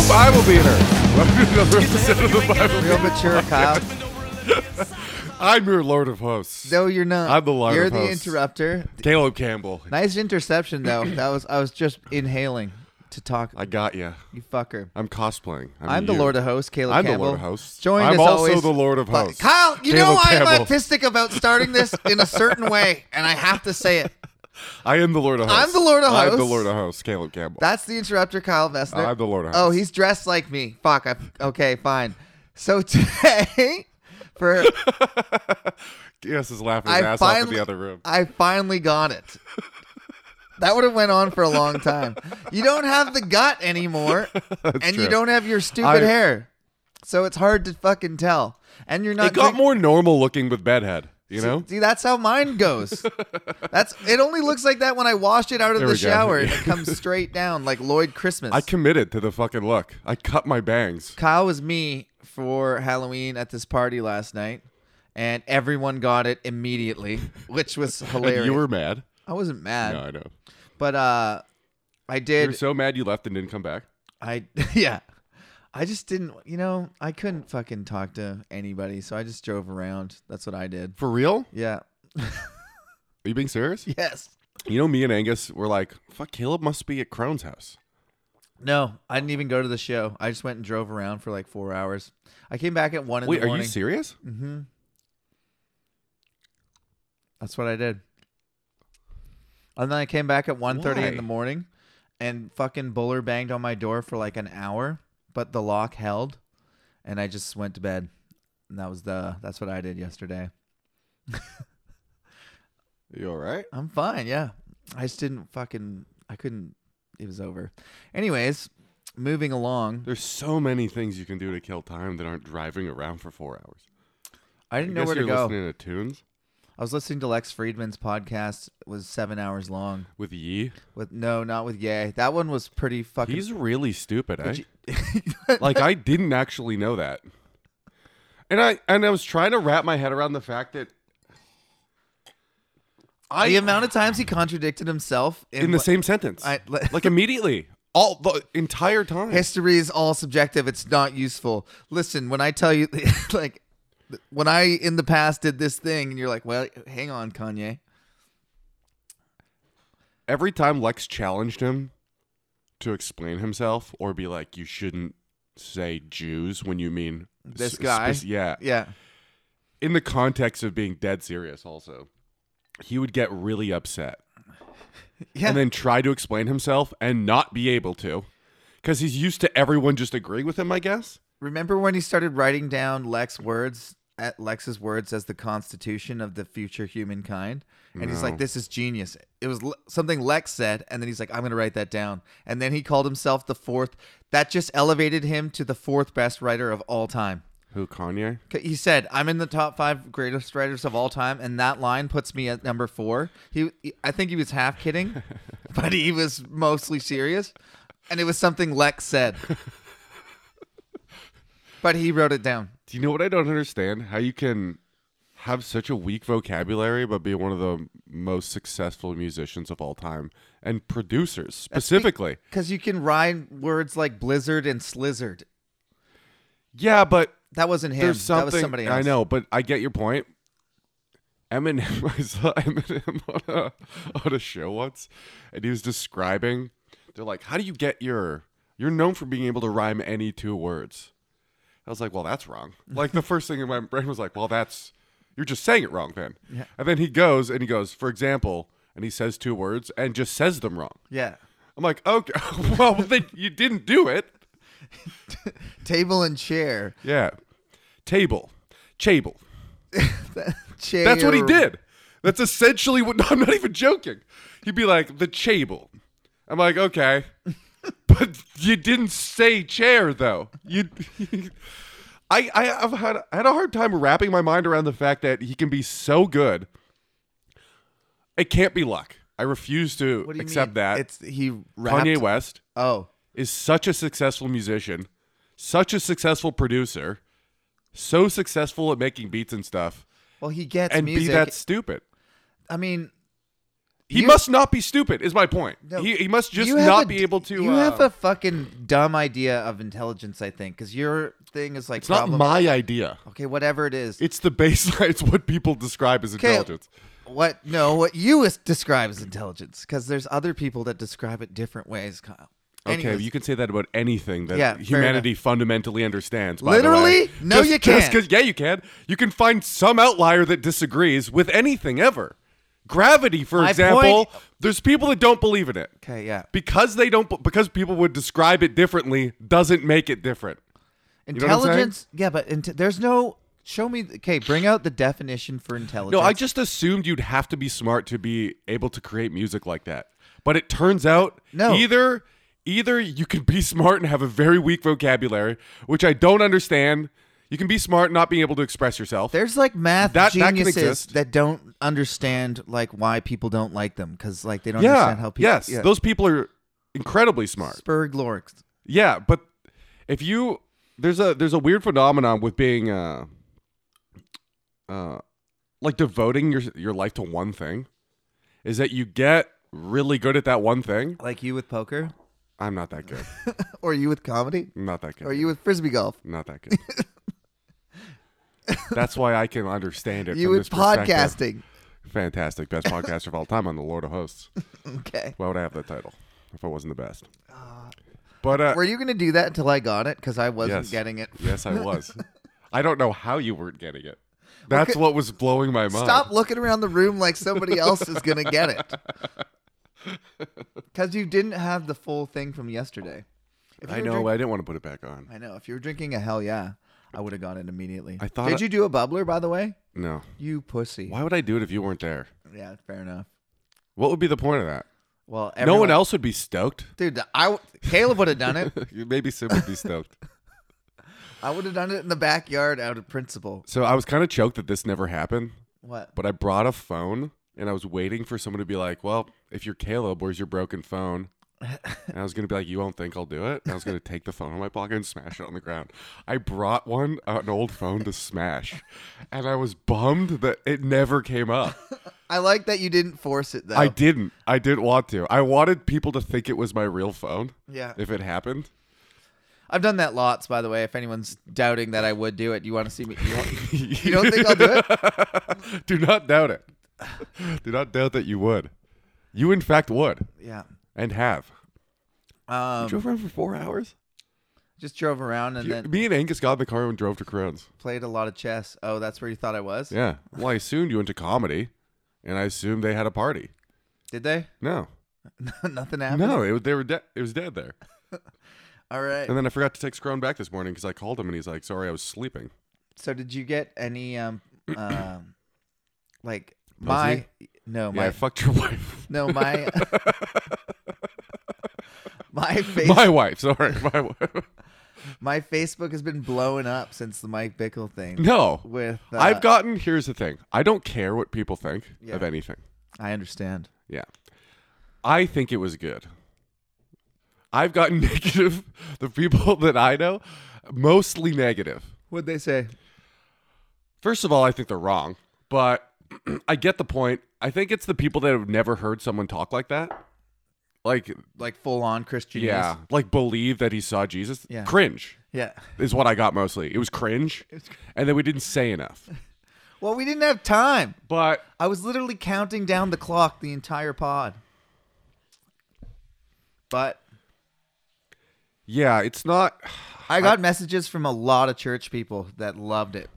Theater. Welcome to another episode of the Bible. Real mature, Kyle. I'm your Lord of Hosts. No, you're not. I'm the liar You're of the hosts. interrupter. Caleb Campbell. Nice interception, though. That was I was just inhaling to talk. I got you. You fucker. I'm cosplaying. I'm, I'm the you. Lord of Hosts, Caleb I'm the Campbell. Lord of Hosts. Joined I'm as also always the Lord of by- Hosts, Kyle, you know Caleb I'm Campbell. autistic about starting this in a certain way, and I have to say it. I am the Lord of Hosts. I'm the Lord of I'm the Hosts. Lord of Hosts, Caleb Campbell. That's the interrupter, Kyle Messner. I'm the Lord of Oh, Hosts. he's dressed like me. Fuck. I, okay, fine. So today, for yes, is laughing his I ass off in finally, the other room. I finally got it. That would have went on for a long time. You don't have the gut anymore, and you true. don't have your stupid I- hair, so it's hard to fucking tell. And you're not. it got drink- more normal looking with bedhead. You know, See, that's how mine goes. That's it. Only looks like that when I wash it out of There the we go. shower. It comes straight down like Lloyd Christmas. I committed to the fucking look. I cut my bangs. Kyle was me for Halloween at this party last night, and everyone got it immediately, which was And hilarious. you were mad. I wasn't mad, No, I know. but uh, I You're did. so mad you left and didn't come back. I yeah. I just didn't, you know, I couldn't fucking talk to anybody, so I just drove around. That's what I did. For real? Yeah. Are you being serious? Yes. You know, me and Angus were like, "Fuck, Caleb must be at Crone's house." No, I didn't even go to the show. I just went and drove around for like four hours. I came back at one in Wait, the are you morning. serious? mm-hmm. That's what I did. And then I came back at 1.30 Why? in the morning, and fucking Buller banged on my door for like an hour, but the lock held, and I just went to bed. And that was the that's what I did yesterday. You all right? I'm fine. Yeah. I just didn't fucking, I couldn't, it was over. Anyways, moving along. There's so many things you can do to kill time that aren't driving around for four hours. I I didn't know guess where to you're go. listening to tunes I was listening to Lex Friedman's podcast, it was seven hours long. with Yi. With no, not with Yay. That one was pretty fucking. He's really stupid. Eh? Could like I didn't actually know that, and I and I was trying to wrap my head around the fact that I the amount of times he contradicted himself in, in the what- same sentence, I- like immediately, all the entire time. History is all subjective. It's not useful. Listen, when I tell you, like, when I in the past did this thing, and you're like, well, hang on, Kanye. Every time Lex challenged him to explain himself or be like, "You shouldn't say Jews when you mean This s- guy." spec- yeah, Yeah. in the context of being dead serious also he would get really upset Yeah. and then try to explain himself and not be able to because he's used to everyone just agreeing with him i guess Remember when he started writing down Lex words at Lex's words as the constitution of the future humankind? And he's like, "This is genius." It was le- something Lex said, and then he's like, "I'm going to write that down." And then he called himself the fourth. That just elevated him to the fourth best writer of all time. who kanye 'Cause He said, "I'm in the top five greatest writers of all time," and that line puts me at number four. He, he- I think he was half kidding, but he was mostly serious, and it was something Lex said. but he wrote it down. do you know what i don't understand how you can have such a weak vocabulary but be one of the most successful musicians of all time and producers specifically Because you can rhyme words like blizzard and slizzard. yeah but That wasn't him. there's That something was somebody else. I know, but I get your point. Eminem, I saw Eminem on a, on a show once, and he was describing. They're like, "How do you get your? You're known for being able to rhyme any two words." I was like, "Well, that's wrong." Like the first thing in my brain was like, "Well, that's you're just saying it wrong then." And then he goes and he goes, for example, and he says two words and just says them wrong. Yeah. I'm like, "Okay, well then you didn't do it." Table and chair. Yeah, table, chable. Chair. That's what he did. That's essentially what. I'm not even joking. He'd be like the chable. I'm like, okay, but you didn't say chair though. You, I, I, I've had I had a hard time wrapping my mind around the fact that he can be so good. It can't be luck. I refuse to What do you accept mean? that. It's he rapped. Kanye West Oh. is such a successful musician, such a successful producer, so successful at making beats and stuff, Well, he gets and music be that stupid. I mean, He You- must not be stupid. Is my point. No, he, he must just You have not a- be able to. You uh, have a fucking dumb idea of intelligence, I think, because your thing is like it's not problem- my idea. Okay, whatever it is. It's the baseline. It's what people describe as Okay. intelligence. What? No, what you is- describe as intelligence, because there's other people that describe it different ways, Kyle. Okay, Anyways, you can say that about anything that Yeah, fair humanity fundamentally understands. by the Literally? way. No, Just- you just can't. 'cause- yeah, you can. You can find some outlier that disagrees with anything ever. Gravity, for My example, point- there's people that don't believe in it okay, yeah. because they don't. Because people would describe it differently doesn't make it different. know what I'm saying? Intelligence, yeah, but int- there's no. Show me. Okay, bring out the definition for intelligence. No, I just assumed you'd have to be smart to be able to create music like that. But it turns out No. either either you can be smart and have a very weak vocabulary, which I don't understand. You can be smart not being able to express yourself. There's like math That- that can geniuses exist. that don't understand like why people don't like them because like they don't yeah. understand how people. yes. yeah. Those people are incredibly smart. Spurg Lorx. Yeah, but if you there's a there's a weird phenomenon with being uh uh like devoting your your life to one thing is that you get really good at that one thing. Like you with poker, I'm not that good. or you with comedy, I'm not that good. or you with frisbee golf, Not that good. That's why I can understand it. you from with this podcasting. perspective. Fantastic, best podcaster of all time on the Lord of Hosts. Okay. Why would I have that title if I wasn't the best? But uh, Were you gonna do that until I got it? Because I wasn't Yes. getting it. yes, I was. I don't know how you weren't getting it. That's what was blowing my mind. Stop looking around the room like somebody else is gonna get it. Because you didn't have the full thing from yesterday. If you I were know. drink- I didn't want to put it back on. I know. If you were drinking a hell yeah, I would have got it immediately. I thought Did I- you do a bubbler, by the way? No. You pussy. Why would I do it if you weren't there? Yeah, fair enough. What would be the point of that? Well, no everyone- one else would be stoked. Dude, I Caleb would have done it. Maybe Sim would be stoked. I would have done it in the backyard out of principle. So I was kind of choked that this never happened. What? but I brought a phone and I was waiting for someone to be like, "Well, if you're Caleb, where's your broken phone?" And I was gonna be like, "You won't think I'll do it." And I was gonna take the phone in my pocket and smash it on the ground. I brought one, uh, an old phone, to smash, and I was bummed that it never came up. I like that you didn't force it though. I didn't. I didn't want to. I wanted people to think it was my real phone. Yeah. If it happened, I've done that lots, by the way. If anyone's doubting that I would do it, you want to see me? You, want- you don't think I'll do it? do not doubt it. Do not doubt that you would. You in fact would Yeah. and have. Um, drove around for four hours. just drove around and then Me and Angus got in the car and drove to Crohn's. played a lot of chess. Oh, that's where you thought I was? Yeah. Well, I assumed you went to comedy, and I assumed they had a party. Did they? No, Nothing happened. no, it, was- they were dead. It was dead there. All right. And then I forgot to text Crone back this morning because I called him and he's like, "Sorry, I was sleeping." So did you get any um um like my no Yeah, my I fucked your wife. no my my face My wife. Sorry, my wife. my Facebook has been blowing up since the Mike Bickle thing. No, With uh, I've gotten. Here's the thing. I don't care what people think Yeah. of anything. I understand. Yeah. I think it was good. I've gotten negative. The people that I know, mostly negative. What'd they say? First of all, I think they're wrong, but I get the point. I think it's the people that have never heard someone talk like that. Like, Like full on Christian. yeah, like believe that he saw Jesus. Yeah. Cringe Yeah. is what I got mostly. It was cringe. And then we didn't say enough. Well, we didn't have time. But I was literally counting down the clock the entire pod. But yeah, it's not I got messages from a lot of church people that loved it.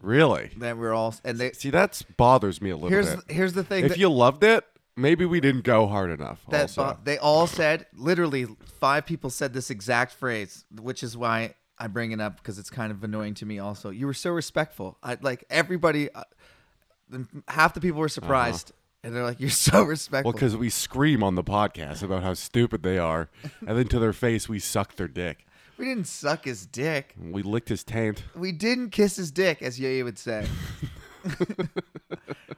really. That we're all and they See, that's bothers me a little here's bit. here's the thing if that, you loved it, maybe we didn't go hard enough. that also. bo- they all said literally five people said this exact phrase, which is why I bring it up because it's kind of annoying to me. Also, you were so respectful. I like everybody. Uh, the- half the people were surprised, and they're like, "You're so respectful." Uh-huh. well, because we scream on the podcast about how stupid they are, and then to their face, we suck their dick. we didn't suck his dick. We licked his taint. We didn't kiss his dick, as Ye would say.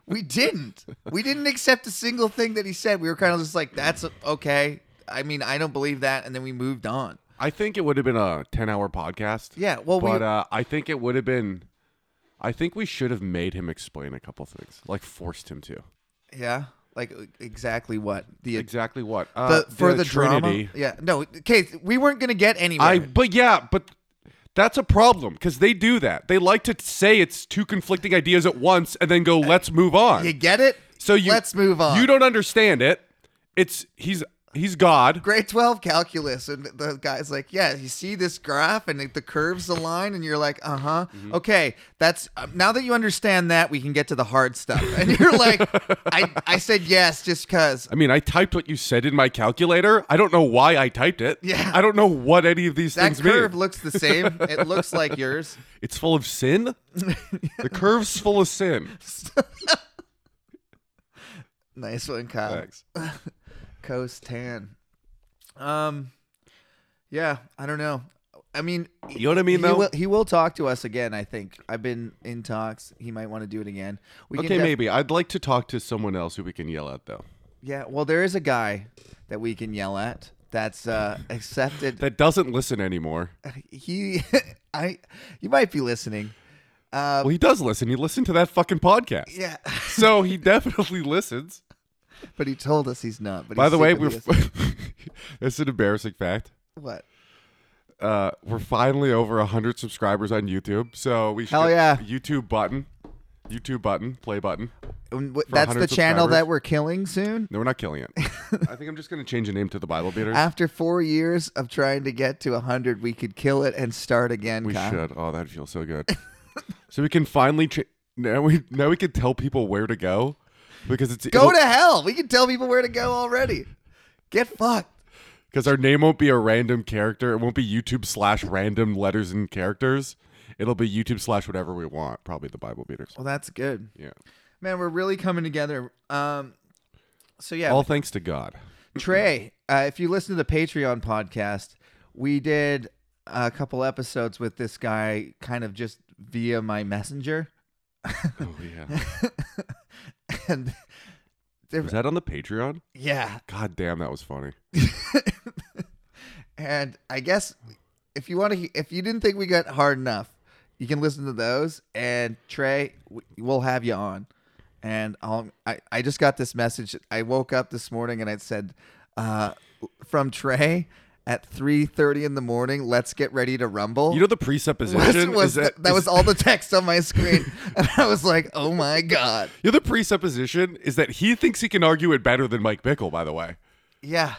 we didn't. We didn't accept a single thing that he said. We were kind of just like, "That's okay." I mean, I don't believe that, and then we moved on. I think it would have been a 10 hour podcast. Yeah, well, we- but uh, I think it would have been. I think we should have made him explain a couple things, like forced him to. Yeah. Like exactly what the, Exactly what? the Uh, for the, Trinity. drama? Yeah, no, okay, we weren't gonna get anywhere. I but yeah, but that's a problem because they do that. They like to say it's two conflicting ideas at once and then go, "Let's move on." you get it? so you Uh, let's move on. You don't understand it. It's he's he's God. grade 12 calculus and the guy's like yeah you see this graph and it- the curves align and you're like uh-huh Mm-hmm. okay that's um, now that you understand that we can get to the hard stuff and you're like I, I said yes just because I mean, I typed what you said in my calculator. I don't know why I typed it. Yeah. I don't know what any of these that things curve mean. looks the same it looks like yours It's full of sin. the curve's full of sin. nice one kyle Thanks. coast tan um yeah i don't know i mean You know what I mean, he though? will, he will talk to us again i think i've been in talks he might want to do it again we okay, can def- maybe. I'd like to talk to someone else who we can yell at, though. Yeah, well, there is a guy that we can yell at that's uh, accepted. That doesn't listen anymore. Uh, he, I, you might be listening. Uh, Well, he does listen. He listened to that fucking podcast. yeah, So he definitely listens. but he told us he's not. But By he's the way, secretly we're listening. that's an embarrassing fact. what? Uh, we're finally over hundred subscribers on YouTube. So we should Hell yeah. YouTube button. YouTube button, play button. Um, wh- That's 100 the channel that subscribers. we're killing soon. No, we're not killing it. I think I'm just gonna change the name to the Bible Beaters. After four years of trying to get to hundred, we could kill it and start again. we Kyle. should. Oh, that feels so good. so we can finally cha- now we now we can tell people where to go because it's go to hell. We can tell people where to go already. Get fucked. because our name won't be a random character. It won't be YouTube slash random letters and characters. It'll be YouTube slash whatever we want. Probably the Bible Beaters. Well, that's good, Yeah. man. We're really coming together. Um, so yeah, All thanks to God. Trey, uh, if you listen to the Patreon podcast, we did a couple episodes with this guy kind of just via my messenger. Oh yeah. and Was that on the Patreon? yeah, God damn, that was funny. and I guess if you want to, if you didn't think we got hard enough, you can listen to those. And Trey, we- we'll have you on. And I'll, I, I just got this message. I woke up this morning and it said, uh, from Trey at 3.30 in the morning, let's get ready to rumble. You know the was- presupposition was is that, th- that was is- all the text on my screen, and I was like, "Oh my god, you know the presupposition is that he thinks he can argue it better than Mike Bickle. By the way, yeah,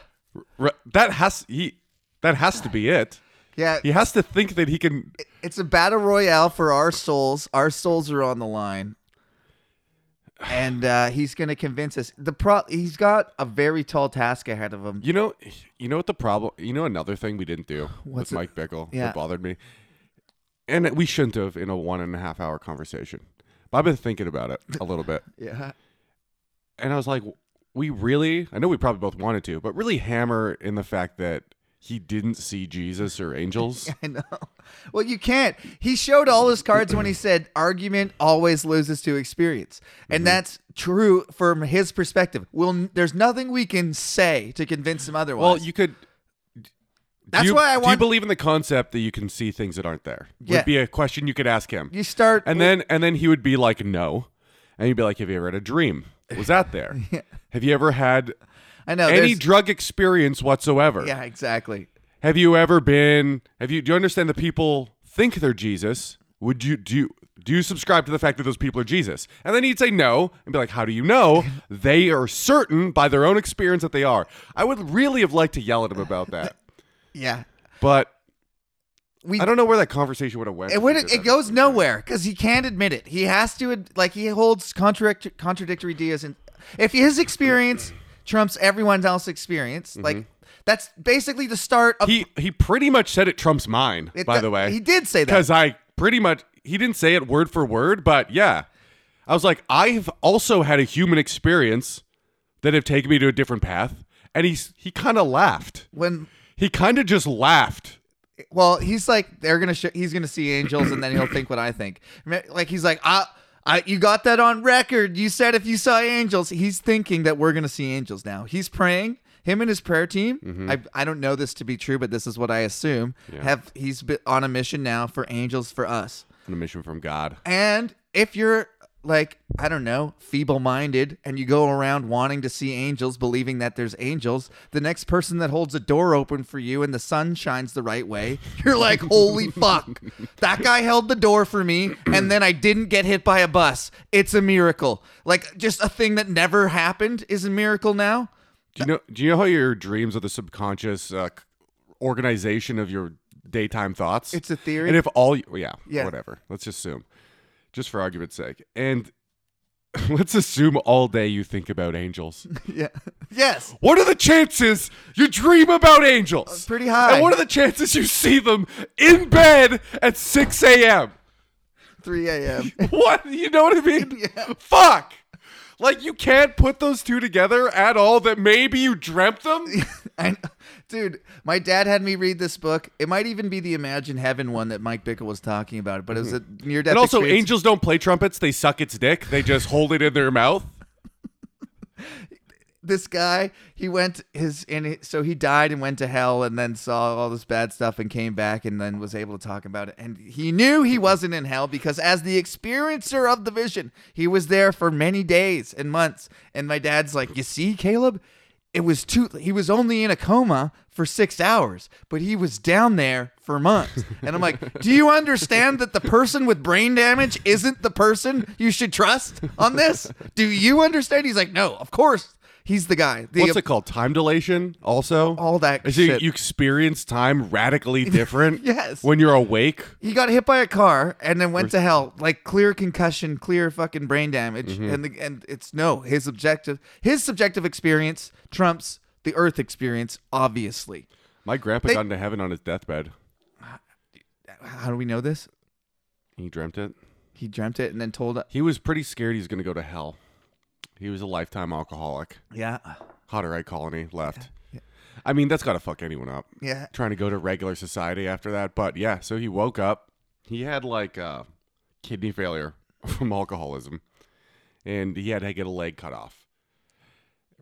R- that has he that has to be it. yeah." He has to think that he can. It's a battle royale for our souls. Our souls are on the line, and uh, he's going to convince us. The pro, he's got a very tall task ahead of him. You know, you know what the problem. You know another thing we didn't do What's it- with Mike Bickle Yeah. that bothered me, and we shouldn't have in a one and a half hour conversation. But I've been thinking about it a little bit. Yeah, and I was like, we really, I know we probably both wanted to, but really hammer in the fact that he didn't see Jesus or angels. I know. Well, you can't. He showed all his cards when he said, "Argument always loses to experience," Mm-hmm. and that's true from his perspective. Well, there's nothing we can say to convince him otherwise. well, you could. That's do you, why I Do you want- believe in the concept that you can see things that aren't there? Yeah. Would be a question you could ask him, you start and then and then he would be like, no, and you'd be like, have you ever had a dream? Was that there? Have you ever had I know. any there's- drug experience whatsoever? yeah, exactly. Have you ever been? Have you? Do you understand that people think they're Jesus? Would you do? You, do you subscribe to the fact that those people are Jesus? And then he'd say no, and be like, "How do you know? They are certain by their own experience that they are." I would really have liked to yell at him about that, Yeah, but we. I don't know where that conversation would have went. It if would. we did It that. goes nowhere because he can't admit it. He has to. ad- Like he holds contradict, contradictory ideas, and if his experience trumps everyone else's experience, like that's basically the start of. Mm-hmm. He he pretty much said it trumps mine. it- by the way, he did say that. because I pretty much he didn't say it word for word, but yeah, I was like, I've also had a human experience that have taken me to a different path, and he's he kind of laughed. When He kind of just laughed. well, he's like they're gonna. Sh- he's gonna see angels, and then he'll think what I think. Remem- Like he's like I. I, you got that on record. You said if you saw angels, he's thinking that we're gonna see angels now. He's praying. Him and his prayer team. I, I don't know this to be true, but this is what I assume. Have he's been on a mission now for angels for us. On a mission from God. And if you're like I don't know, feeble-minded, and you go around wanting to see angels, believing that there's angels. The next person that holds a door open for you and the sun shines the right way, you're like, "Holy fuck. That guy held the door for me and then I didn't get hit by a bus. It's a miracle." Like just a thing that never happened is a miracle now. Do you know? Do you know how your dreams are the subconscious uh, c- organization of your daytime thoughts? It's a theory. and if all you, yeah, Yeah. whatever. Let's just assume, just for argument's sake, and let's assume all day you think about angels. yeah. Yes. what are the chances you dream about angels? Uh, Pretty high. And what are the chances you see them in bed at six a.m.? 3 a.m. What? You know what I mean? Fuck. Like you can't put those two together at all. That maybe you dreamt them. I know. Dude, my dad had me read this book. It might even be the Imagine Heaven one that Mike Bickle was talking about, but it was a near death Mm-hmm. And also, experience. angels don't play trumpets; they suck its dick. They just hold it in their mouth. This guy, he went his and he, so he died and went to hell and then saw all this bad stuff and came back and then was able to talk about it. And he knew he wasn't in hell because as the experiencer of the vision, he was there for many days and months. And my dad's like, "You see, Caleb, it was too he was only in a coma for six hours but he was down there for months and i'm like do you understand that the person with brain damage isn't the person you should trust on this do you understand he's like no of course he's the guy the What's it called? Time dilation. Also, all that Is it- shit. you experience time radically different. Yes. when you're awake. he got hit by a car and then went to hell like clear concussion clear fucking brain damage Mm-hmm. and the, and it's no his objective his subjective experience trumps the earth experience obviously My grandpa They- got into heaven on his deathbed. how do we know this He dreamt it. he dreamt it and then told He was pretty scared he was going to go to hell. He was a lifetime alcoholic. Yeah. Hotterite colony left. I mean, that's got to fuck anyone up. Yeah. trying to go to regular society after that. But yeah, so he woke up. He had like uh, kidney failure from alcoholism, and he had to get a leg cut off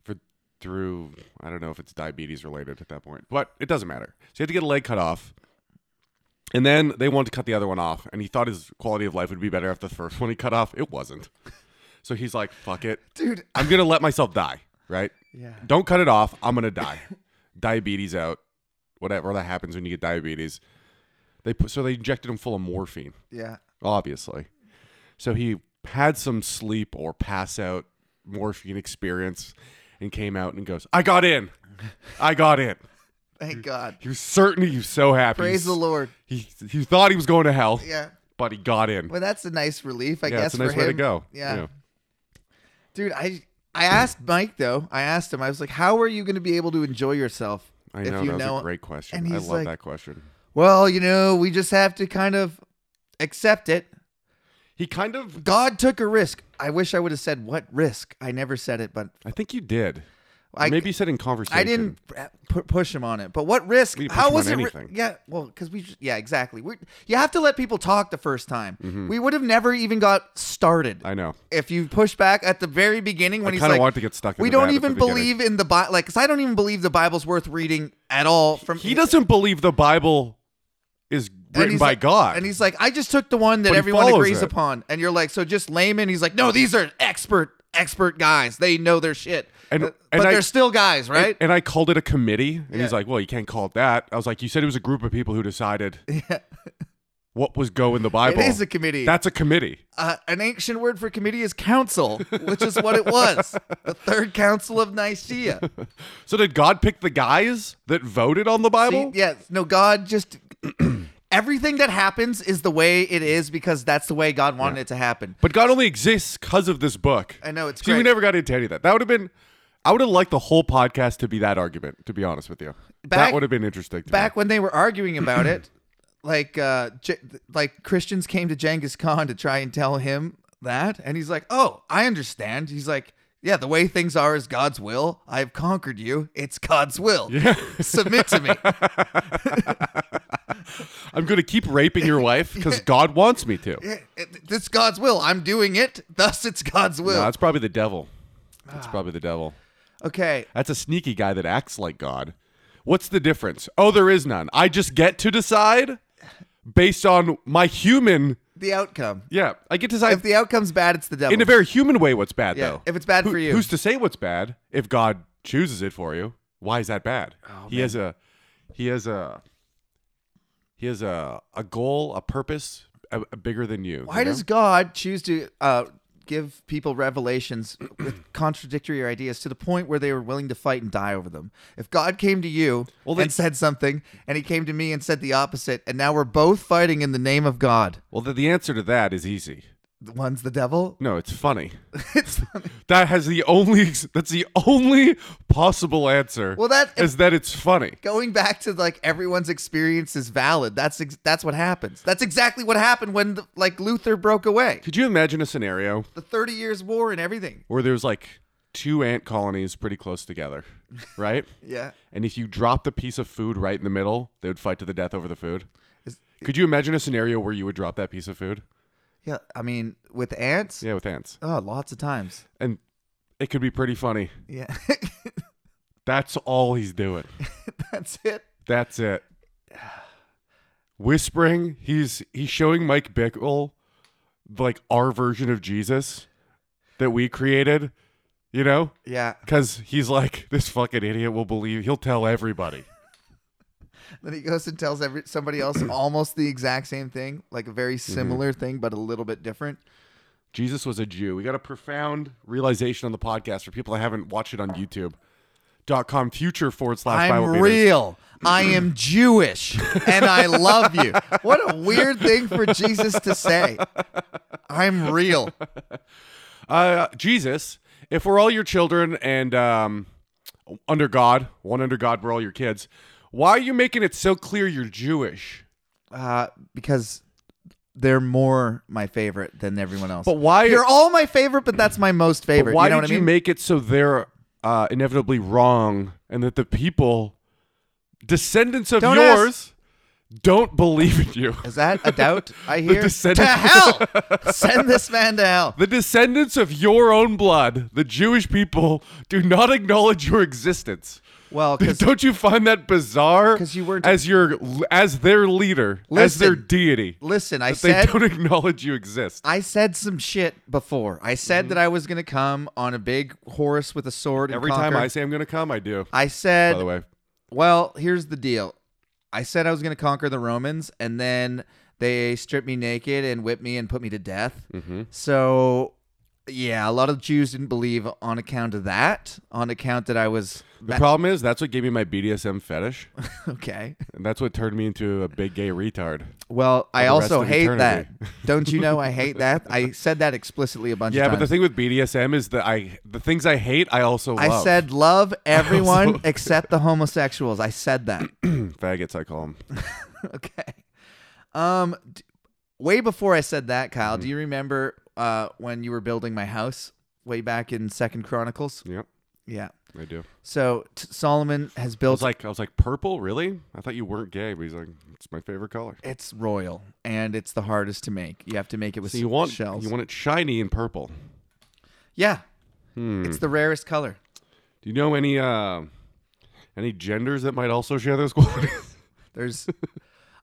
for through I don't know if it's diabetes related at that point, but it doesn't matter. So he had to get a leg cut off, and then they wanted to cut the other one off, and he thought his quality of life would be better after the first one he cut off. It wasn't. So he's like, "Fuck it, Dude. I'm gonna let myself die." Right? Yeah. Don't cut it off. I'm gonna die. diabetes out. Whatever that happens when you get diabetes. They put so they injected him full of morphine, Yeah. obviously. So he had some sleep or pass out morphine experience and came out and goes, I got in. I got in. Mm. Thank God. He was certain he was so happy. Praise the Lord. He he thought he was going to hell, Yeah. but he got in. Well, that's a nice relief, I yeah, guess. that's a nice for way to him. go. Yeah. Dude, I I asked Mike though. I asked him. I was like, "How are you going to be able to enjoy yourself I know if you that was know?" a great question. and I he's love like- that question. well, you know, we just have to kind of accept it. He kind of God took a risk. I wish I would have said what risk. I never said it, but I think you did. I Maybe you said in conversation. I didn't pu- push him on it, but what risk? We didn't How push him was it? on ri- anything. yeah, well, because we, just, yeah, exactly. We, you have to let people talk the first time. We would have never even got started. Mm-hmm. I know. if you push back at the very beginning when I he's kinda like, want to get stuck in we the don't bad at even the beginning." believe in the Bible, like, because I don't even believe the Bible's worth reading at all. From He doesn't believe the Bible is and written he's by like- God. and he's like, I just took the one that But he everyone follows agrees it. upon, and you're like, so just layman. He's like, no, these are expert, expert guys. They know their shit, And- but, and but I- they're still guys, right? and I called it a committee, and he's Yeah. like, "Well, you can't call it that." I was like, "You said it was a group of people who decided what was go in the Bible." is a committee. That's a committee. uh, an ancient word for committee is council, which is what it was. the third council of Nicaea. So did God pick the guys that voted on the See, Bible? yes. No, God just. Everything that happens is the way it is because that's the way God wanted it to happen. But God only exists because of this book. I know, it's See, we great. never got into any of that. That would have been. I would have liked the whole podcast to be that argument. To be honest with you, Back- that would have been interesting. to me. Back when they were arguing about it, like uh, J- like Christians came to Genghis Khan to try and tell him that, and he's like, "Oh, I understand." He's like, "Yeah, the way things are is God's will. I've conquered you. It's God's will. Submit to me." I'm going to keep raping your wife because God wants me to. it, it- it's God's will. I'm doing it. Thus, it's God's will. No, that's probably the devil. Ah. That's probably the devil. okay. That's a sneaky guy that acts like God. What's the difference? Oh, there is none. I just get to decide based on my human the outcome. Yeah, I get to decide If the outcome's bad, it's the devil. in a very human way what's bad Yeah, though. if it's bad Who- for you. who's to say what's bad if God chooses it for you? Why is that bad? Oh, he has a, he has a, he has a a goal, a purpose, a, a bigger than you. Why you know? does God choose to uh, give people revelations with contradictory ideas to the point where they were willing to fight and die over them? If God came to you Well, they- and said something, and he came to me and said the opposite, and now we're both fighting in the name of God, Well, the, the answer to that is easy. the one's the devil. No, it's funny. it's That has the only that's the only possible answer. Well, that- is that it's funny. going back to like everyone's experience is valid. That's ex- that's what happens. That's exactly what happened when the, like Luther broke away, Could you imagine a scenario the Thirty Years' War and everything. where there's like two ant colonies pretty close together, right? Yeah, and if you dropped a piece of food right in the middle, they would fight to the death over the food. Is- Could you imagine a scenario where you would drop that piece of food? yeah. I mean, with ants, Yeah, with ants. oh, lots of times. And it could be pretty funny. Yeah, That's all he's doing. that's it. That's it. Whispering, he's he's showing Mike Bickle like our version of Jesus that we created, you know? Yeah. Cuz he's like this fucking idiot will believe. He'll tell everybody. Then he goes and tells every somebody else almost the exact same thing, like a very similar thing, but a little bit different. Jesus was a Jew. We got a profound realization on the podcast for people that haven't watched it on YouTube. Dot com future forward slash Bible I'm Beaters. real. I am Jewish, and I love you. What a weird thing for Jesus to say. I'm real. Uh, Jesus, if we're all your children and um, under God, one under God, we're all your kids. Why are you making it so clear you're Jewish? Uh, because they're more my favorite than everyone else. But why? you're all my favorite, but that's my most favorite. why you know did what I you mean? make it so they're uh, inevitably wrong and that the people, descendants of Don't ask- yours, don't believe in you? Is that a doubt I hear? to descendant- hell! Send this man to hell. The descendants of your own blood, the Jewish people, do not acknowledge your existence. Well, because Don't you find that bizarre? 'Cause you weren't- as your as their leader, as their Listen. deity. listen, I They said don't acknowledge you exist. I said some shit before. I Mm-hmm. said that I was gonna come on a big horse with a sword. And Every conquer. time I say I'm going to come, I do. I said, By the way, well, here's the deal. I said I was gonna conquer the Romans, and then they stripped me naked and whipped me and put me to death. Mm-hmm. So, yeah, a lot of Jews didn't believe on account of that. On account that I was the problem is that's what gave me my BDSM fetish, okay. and that's what turned me into a big gay retard. Well, I the rest also of hate that. eternity. Don't you know I hate that? I said that explicitly a bunch Yeah, of but times. the thing with BDSM is that I the things I hate, I also I love. said love everyone Also- except the homosexuals. I said that. faggots. I call them. okay. Um, d- way before I said that, Kyle, Mm-hmm. do you remember uh when you were building my house way back in Second Chronicles? Yep, Yeah. I do. So t- Solomon has I built. was like, I was like, purple, really? I thought you weren't gay. But he's like, it's my favorite color. it's royal and it's the hardest to make. You have to make it with So you want shells. you want it shiny and purple. yeah. Hmm. It's the rarest color. Do you know any uh, any genders that might also share those qualities? There's.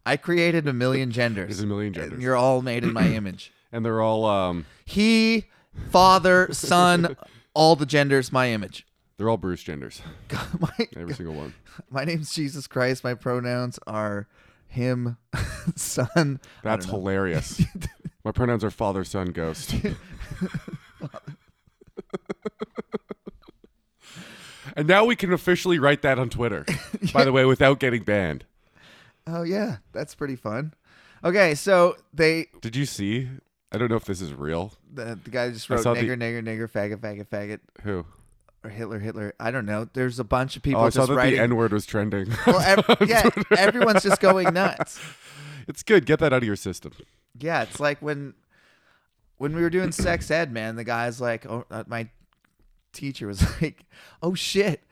I created a million There's genders. a million And genders, you're all made in my image. and they're all um, He, father, son, all the genders, my image. they're all Bruce genders. God, my, Every single one. my name's Jesus Christ. My pronouns are him, son. That's hilarious. my pronouns are father, son, ghost. and now we can officially write that on Twitter. By the way, without getting banned. Oh yeah, that's pretty fun. Okay, so they Did you see? I don't know if this is real. the, the guy just I wrote saw the- nigger, nigger, nigger, faggot, faggot, faggot, Who? or Hitler, Hitler. I don't know. There's a bunch of people Oh, I just saw that writing. the N word was trending. well, ev- yeah, everyone's just going nuts. it's good. Get that out of your system. Yeah, it's like when when we were doing sex ed, man. The guy's like, oh, uh, my teacher was like, oh shit,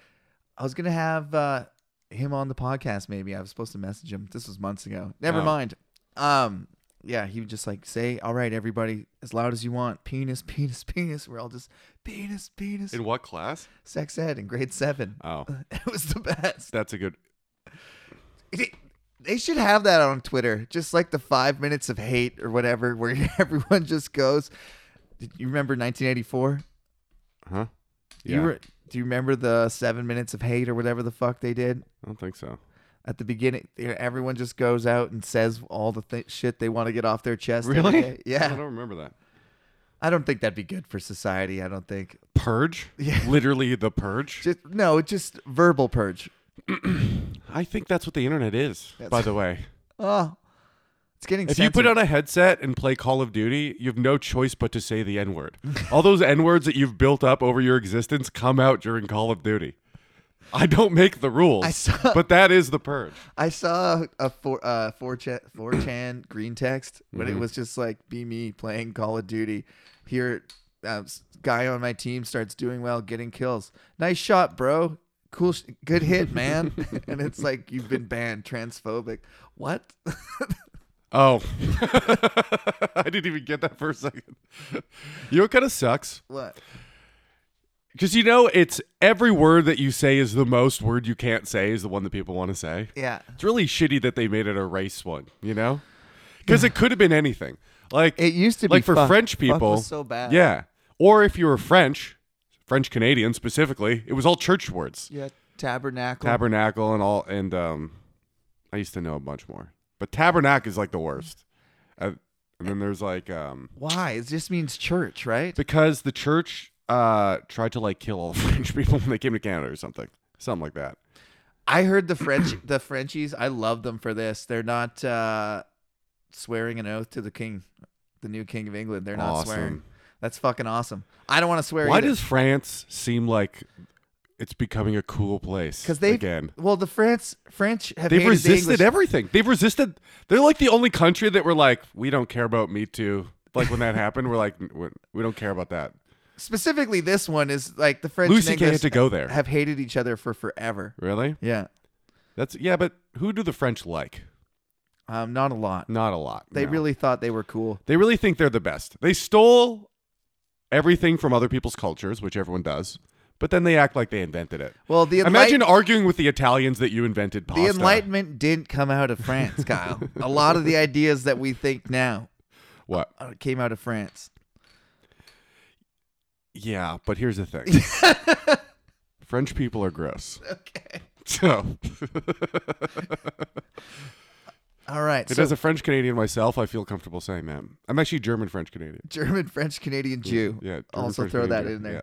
I was gonna have uh, him on the podcast. Maybe I was supposed to message him. This was months ago. Never Oh. mind. Um, yeah, he would just like say, all right, everybody, as loud as you want, penis, penis, penis. We're all just penis, penis. In what class? sex ed in grade seven. Oh, it was the best. that's a good. They should have that on Twitter, just like the five minutes of hate or whatever, where everyone just goes. Did you remember 1984? Huh? Do You re- do you remember the seven minutes of hate or whatever the fuck they did I don't think so. at the beginning? you know, Everyone just goes out and says all the th- shit they want to get off their chest. every Really? day. I Yeah. don't remember that. I don't think that'd be good for society. I don't think. Purge? Yeah. Literally the purge? Just no, just verbal purge. I think that's what the internet is, by the way. Oh, it's getting. If you put sensitive. on a headset and play Call of Duty, you have no choice but to say the N word. All those N words that you've built up over your existence come out during Call of Duty. I don't make the rules, I saw- but that is the purge. I saw a four uh four chan four chan green text, but Mm-hmm. it was just like be me playing Call of Duty. Here, um, s- guy on my team starts doing well, getting kills. Nice shot, bro. Cool, sh- good hit, man. and it's like you've been banned, transphobic. What? Oh, I didn't even get that for a second. You know what kind of sucks? what? Because you know, it's every word that you say is the most word you can't say is the one that people want to say. Yeah. It's really shitty that they made it a race one, you know? Because it could have been anything. Like It used to be like for fuck. French Fuck people. was so bad. Yeah. Or if you were French, French Canadian specifically, it was all church words. Yeah. Tabernacle. Tabernacle and all and um I used to know a bunch more. But tabernacle is like the worst. Uh, and then there's like um Why? It just means church, right? because the church uh tried to like kill all French people when they came to Canada or something. Something like that. I heard the French the Frenchies. I love them for this. They're not uh, swearing an oath to the king, the new king of England. They're not swearing. Awesome. That's fucking awesome. I don't want to swear. Why either. does France seem like it's becoming a cool place? because they again well the France French have they've hated the resisted English- everything. They've resisted. They're like the only country that were like, we don't care about Me Too. Like when that happened, we're like, "We- we don't care about that. specifically this one is like the French Lucy and Kay had English to go there. have hated each other for forever. Really? Yeah, That's yeah. But who do the French like? um, not a lot. Not a lot. They no. really thought they were cool. They really think they're the best. They stole everything from other people's cultures, which everyone does. But then they act like they invented it. Well, the enlightened. Imagine arguing with the Italians that you invented pasta. The Enlightenment didn't come out of France, Kyle. a lot of the ideas that we think now What? uh, came out of France. Yeah, but here's the thing. French people are gross. Okay. So, All right. but So as a French Canadian myself, I feel comfortable saying that. I'm actually German French Canadian. German, French, Canadian, Jew. Yeah. German, also French, throw that Canadian, in yeah.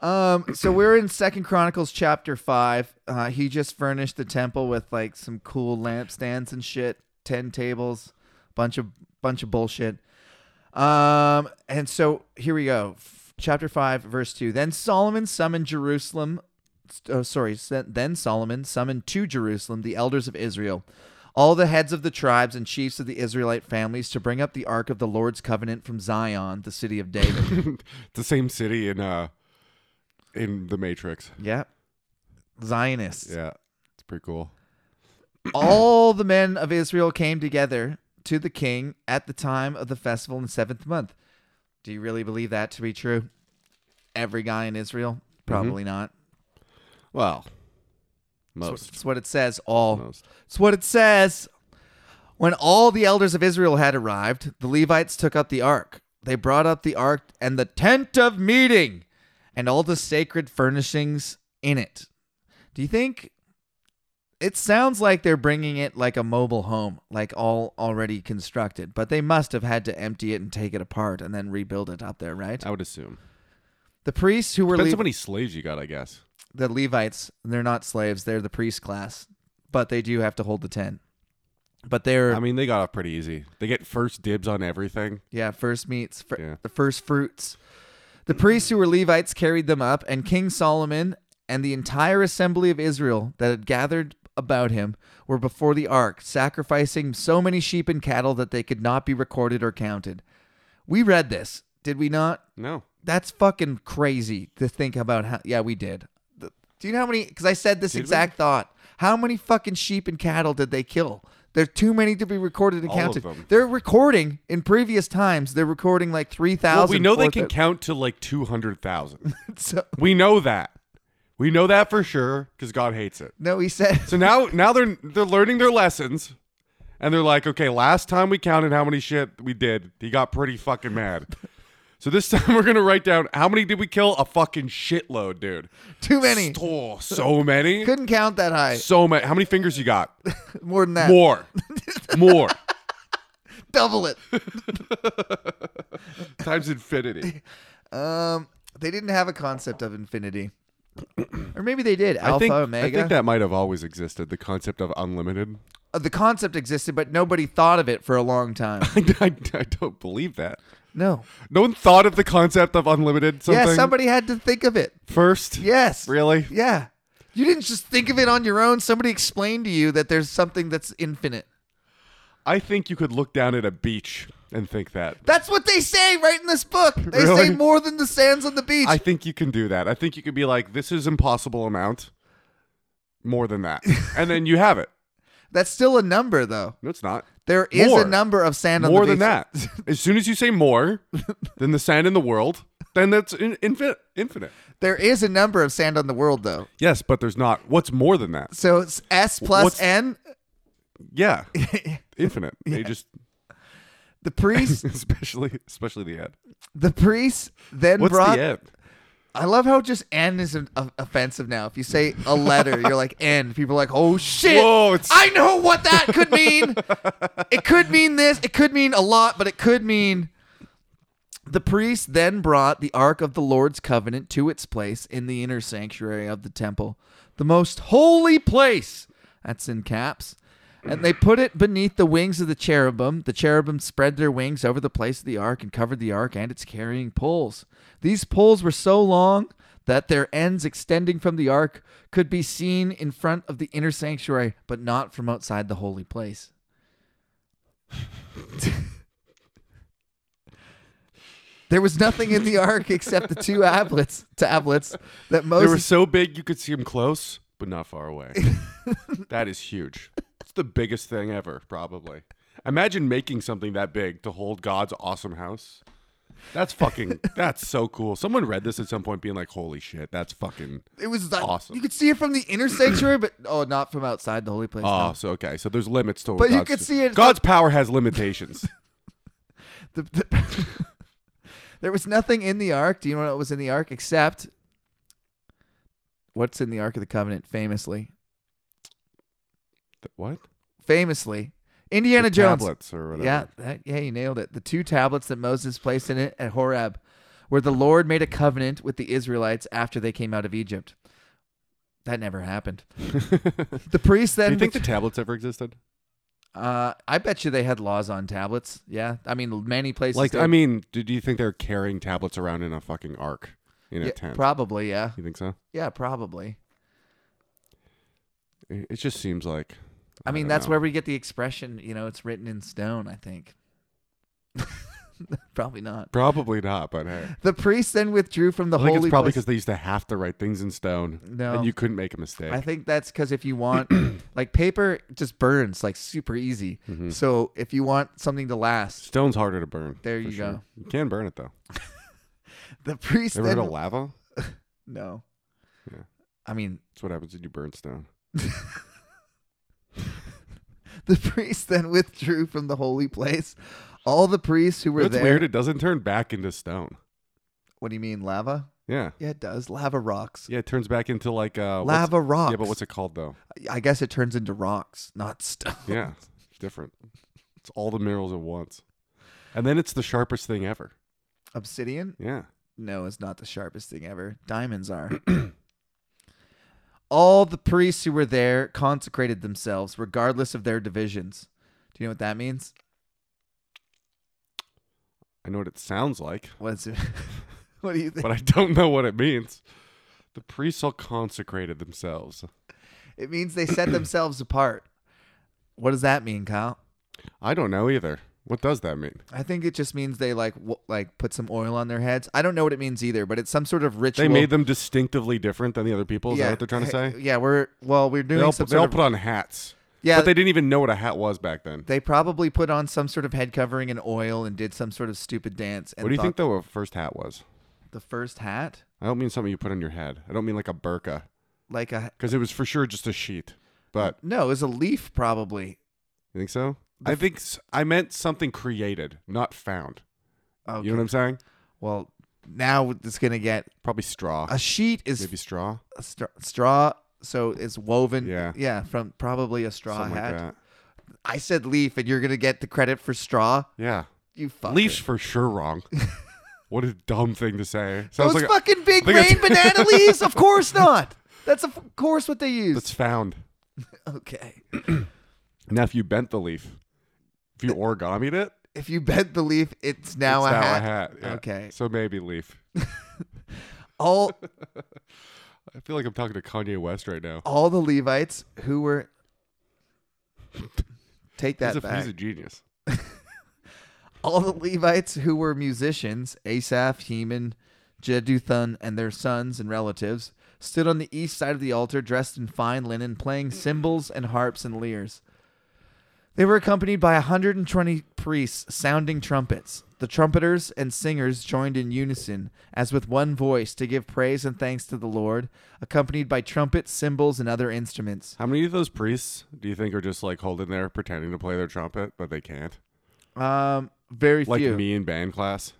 there. Um, so we're in Second Chronicles chapter five. Uh, he just furnished the temple with like some cool lampstands and shit, ten tables, bunch of bunch of bullshit. Um, and so here we go. F- Chapter 5, verse 2. Then Solomon summoned Jerusalem. Oh, sorry. sen- Then Solomon summoned to Jerusalem the elders of Israel, all the heads of the tribes and chiefs of the Israelite families, to bring up the ark of the Lord's covenant from Zion, the city of David. It's the same city in uh in the Matrix. yeah. Zionists. Yeah. It's pretty cool. all the men of Israel came together to the king at the time of the festival in the seventh month. Do you really believe that to be true? Every guy in Israel? Probably not. Well, That's most. what- that's what it says. All. Most. That's what it says. When all the elders of Israel had arrived, the Levites took up the ark. They brought up the ark and the tent of meeting and all the sacred furnishings in it. Do you think it sounds like they're bringing it like a mobile home, like all already constructed, but they must have had to empty it and take it apart and then rebuild it up there, right? I would assume. The priests who were Uh, Depends leaving how many slaves you got, I guess. the Levites, they're not slaves, they're the priest class, but they do have to hold the tent. But they're I mean, they got off pretty easy. They get first dibs on everything. yeah, first meats, fir- Yeah. the first fruits. The priests who were Levites carried them up, and King Solomon and the entire assembly of Israel that had gathered about him were before the ark, sacrificing so many sheep and cattle that they could not be recorded or counted. We read this, did we not? No. That's fucking crazy to think about how. Yeah, we did. The- Do you know how many? Because I said this exact thought. How many fucking sheep and cattle did they kill? There's too many to be recorded and All of counted. them. They're recording in previous times. They're recording like three Well, thousand. we know they can count to like 200,000. so, we know that. We know that for sure because God hates it. no, he said. So now now they're they're learning their lessons And they're like, okay, last time we counted how many shit we did, he got pretty fucking mad. So this time we're gonna write down how many did we kill? A fucking shitload, dude. Too many. Oh, so many. Couldn't count that high. So many. How many fingers you got? More than that. More. More. Double it. Times infinity. Um, they didn't have a concept of infinity, or maybe they did. Alpha I think, Omega. I think that might have always existed, the concept of unlimited. Uh, the concept existed, but nobody thought of it for a long time. I, I, I don't believe that. No. No one thought of the concept of unlimited something Yeah, somebody had to think of it. first? Yes. Really? Yeah. You didn't just think of it on your own. Somebody explained to you that there's something that's infinite. I think you could look down at a beach and think that. That's what they say right in this book. They Really? say more than the sands on the beach. I think you can do that. I think you could be like, this is impossible amount, more than that, and then you have it. that's still a number, though. No, it's not. There is More. a number of sand on more the than beach. that. As soon as you say more than the sand in the world, then that's in, infin- infinite. There is a number of sand on the world, though. Yes, but there's not. What's more than that? So it's S plus What's- N. Yeah, infinite. They just, The priest, especially, especially the end. the priest then What's brought. the end? I love how just N is an, o- offensive now. If you say a letter, you're like N. People are like, oh shit. Whoa, it's- I know what that could mean. it could mean this. It could mean a lot, but it could mean. The priest then brought the Ark of the Lord's Covenant to its place in the inner sanctuary of the temple, the most holy place. That's in caps. And they put it beneath the wings of the cherubim. The cherubim spread their wings over the place of the ark and covered the ark and its carrying poles. These poles were so long that their ends extending from the ark could be seen in front of the inner sanctuary, but not from outside the holy place. there was nothing in the ark except the two ablets, tablets that They Moses were so big you could see them close, but not far away. that is huge. It's the biggest thing ever, probably. Imagine making something that big to hold God's awesome house. That's fucking. that's so cool. Someone read this at some point, being like, "Holy shit, that's fucking." It was like, Awesome. You could see it from the inner sanctuary, but oh, not from outside the holy place. no. Oh, so okay. So there's limits to. But you God's- could see it- God's power has limitations. The- the- there was nothing in the ark. Do you know what was in the ark except what's in the ark of the covenant? Famously, Th- what? famously, Indiana The Jones. Tablets or whatever. Yeah, that, yeah, you nailed it. The two tablets that Moses placed in it at Horeb, where the Lord made a covenant with the Israelites after they came out of Egypt. That never happened. the priest then Do you think the tablets ever existed? Uh, I bet you they had laws on tablets. Yeah, I mean, many places. Like, they- I mean, do do you think they're carrying tablets around in a fucking ark in a yeah, tent? probably, yeah, you think so? yeah, probably. It it just seems like. I, mean, don't that's know. where we get the expression. You know, it's written in stone. I think. probably not. Probably not, but hey. The priest then withdrew from the I think holy it's probably place. because they used to have to write things in stone, No. and you couldn't make a mistake. I think that's because if you want, like, paper just burns like super easy. Mm-hmm. So if you want something to last, Stone's harder to burn. There for you sure. go. You can burn it though. the priest Ever heard of then lava? no. Yeah. I mean, That's what happens when you burn stone. the priest then withdrew from the holy place. All the priests who were It's there. weird. It doesn't turn back into stone. What do you mean, lava? Yeah, Yeah, it does. Lava rocks. yeah. It turns back into like uh, what's- Lava rocks. Yeah, but what's it called though? I guess it turns into rocks, not stone. Yeah, it's different. It's all the minerals at once, and then it's the sharpest thing ever. Obsidian? Yeah, No, it's not the sharpest thing ever. Diamonds are. All the priests who were there consecrated themselves, regardless of their divisions. Do you know what that means? I know what it sounds like, What's it? what do you think? but I don't know what it means. The priests all consecrated themselves. It means they set themselves apart. What does that mean, Kyle? I don't know either. What does that mean? I think it just means they like w- like put some oil on their heads. I don't know what it means either, but it's some sort of ritual. They made them distinctively different than the other people. Is that what they're trying to hey, say? Yeah, we're well, we're They doing all, some they all sort put of, on hats. yeah. But they They, didn't even know what a hat was back then. probably put on some sort of head covering and oil and did some sort of stupid dance. And What do you think thought the first hat was? the first hat, I don't mean something you put on your head. I don't mean like a burqa, like a because it was for sure just a sheet. But no, it was a leaf probably. you think so? I think s- I meant something created, not found. Okay. You know what I'm saying? well, now it's gonna get Probably straw. a sheet is Maybe straw. a str- straw, so it's woven. Yeah. yeah, from probably a straw Something hat. like that. I said leaf, and you're gonna get the credit for straw. Yeah. You fucker. Leaf's for sure wrong. what a dumb thing to say. Those Sounds like a, fucking big think rain it's- banana leaves. Of course not. That's of course what they use. that's found. okay. Now, if you bent the leaf, if you origamied it, If you bent the leaf, it's now it's a now hat. a hat. yeah. Okay. So maybe leaf. All I feel like I'm talking to Kanye West right now. all the Levites who were take that He's a, back. he's a genius. all the Levites who were musicians, Asaph, Heman, Jeduthun, and their sons and relatives, stood on the east side of the altar dressed in fine linen, playing cymbals and harps and lyres. They were accompanied by 120 priests sounding trumpets. The trumpeters and singers joined in unison, as with one voice, to give praise and thanks to the Lord, accompanied by trumpets, cymbals, and other instruments. How many of those priests do you think are just like holding there pretending to play their trumpet, but they can't? Um, very Like few. me in band class.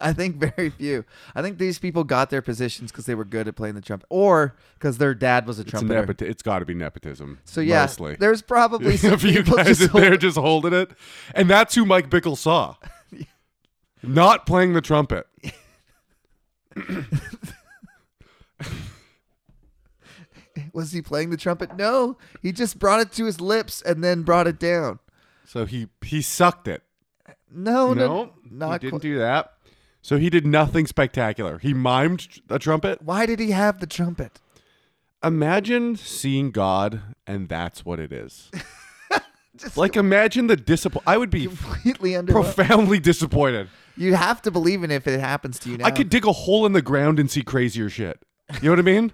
I think very few. I think these people got their positions because they were good at playing the trumpet, or because their dad was a It's, trumpeter. nepot- it's got to be nepotism. so yeah, mostly. there's probably some a few people guys just in hold- there just holding it, and that's who Mike Bickle saw, not playing the trumpet. Was he playing the trumpet? No, he just brought it to his lips and then brought it down. So he he sucked it. Oh, No, no, no, he not didn't qu- do that. So he did nothing spectacular. He mimed a trumpet. Why did he have the trumpet? Imagine seeing God, and that's what it is. like imagine the disappoint. I would be Completely under. profoundly disappointed. you have to believe in if it happens to you now. I could dig a hole in the ground and see crazier shit. You know what I mean?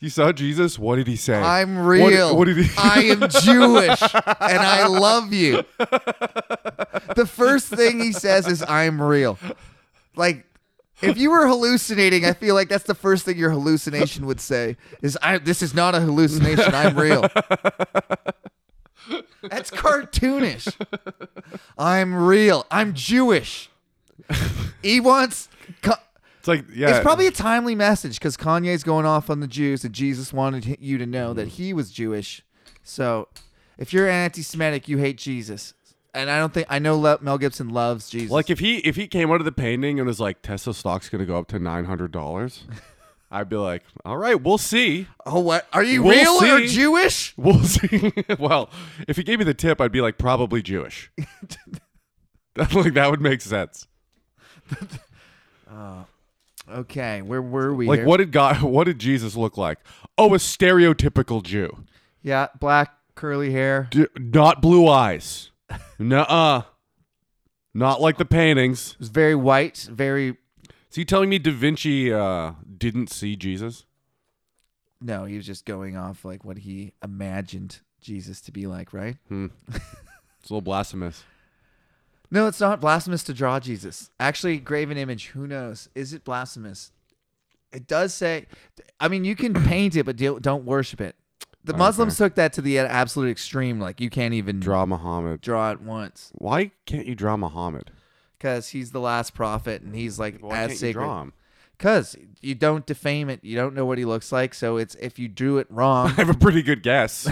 you saw Jesus? What did he say? I'm What did- real. What did, he I am Jewish and I love you. The first thing he says is I'm real. Like if you were hallucinating, I feel like that's the first thing your hallucination would say is I this is not a hallucination, I'm real. That's cartoonish. I'm real. I'm Jewish. He wants co- It's like yeah. it's probably a timely message because Kanye's going off on the Jews, and Jesus wanted hi- you to know that Mm-hmm. he was Jewish. So, if you're anti-Semitic, you hate Jesus. And I don't think I know Le- Mel Gibson loves Jesus. like if he if he came out of the painting and was like Tesla stock's gonna go up to nine hundred dollars, I'd be like, all right, we'll see. oh, what are you We'll real or see. Jewish? We'll see. well, if he gave me the tip, I'd be like, probably Jewish. like that would make sense. Okay, where were we? Like here? what did God what did Jesus look like? Oh, a stereotypical Jew. Yeah, black curly hair. D- not blue eyes. Nuh-uh. Not like the paintings. It was very white. Very Is he telling me Da Vinci uh, didn't see Jesus? no, he was just going off like what he imagined Jesus to be like, right? It's a little blasphemous. No, it's not blasphemous to draw Jesus. Actually, graven image, who knows? Is it blasphemous? It does say, I mean, you can paint it, but do- don't worship it. The Muslims took that to the absolute extreme. Like, you can't even draw, Draw Muhammad. draw it once Why can't you draw Muhammad? because he's the last prophet and he's like Why as can't you draw sacred. him? Because you don't defame it, you don't know what he looks like. So it's if you drew it wrong, I have a pretty good guess.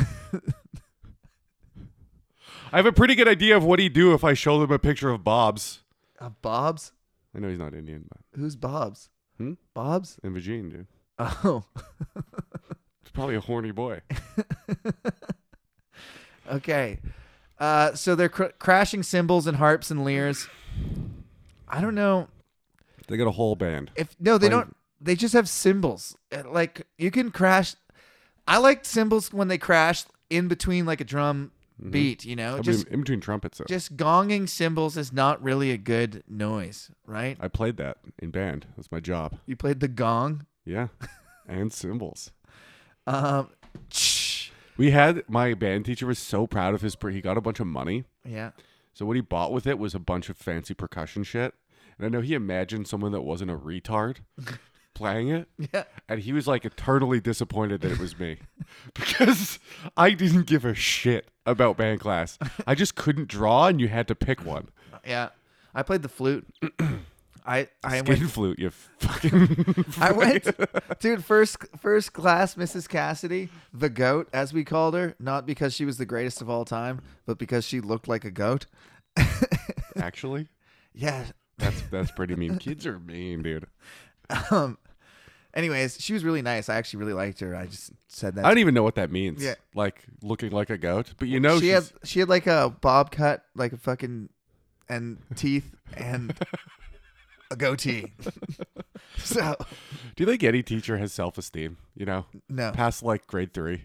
I have a pretty good idea of what he'd do if I showed him a picture of Bob's. uh, Bob's. I know he's not Indian, but Who's Bob's? Hmm? Bob's? Invagen, dude. Oh, It's probably a horny boy. Okay. Uh, so they're cr- crashing cymbals and harps and lyres. I don't know They got a whole band. if no, they Like- don't. They just have cymbals. Uh, Like you can crash. I like cymbals when they crash in between like a drum Mm-hmm. beat. You know, I mean, just in between trumpets. Though. just gonging cymbals is not really a good noise, right? I played that in band. That's my job. You played the gong. Yeah. and cymbals. Um, We had my band teacher was so proud of his per- he got a bunch of money. yeah. So what he bought with it was a bunch of fancy percussion shit. And I know he imagined someone that wasn't a retard playing it, Yeah. and he was like eternally disappointed that it was me because I didn't give a shit about band class. I just couldn't draw, and you had to pick one. Yeah. I played the flute. I I Skin went flute, you fucking. I went dude first first class Mrs. Cassidy, the goat as we called her, not because she was the greatest of all time, but because she looked like a goat. Actually, Yeah. that's that's pretty mean. Kids are mean, dude. Um anyways, she was really nice. I actually really liked her. I just said that. I don't even know what that means. Yeah. Like looking like a goat, but you know she she's- had she had like a bob cut, like a fucking and teeth and a goatee. so Do you think any teacher has self esteem? You know, no. past like grade three.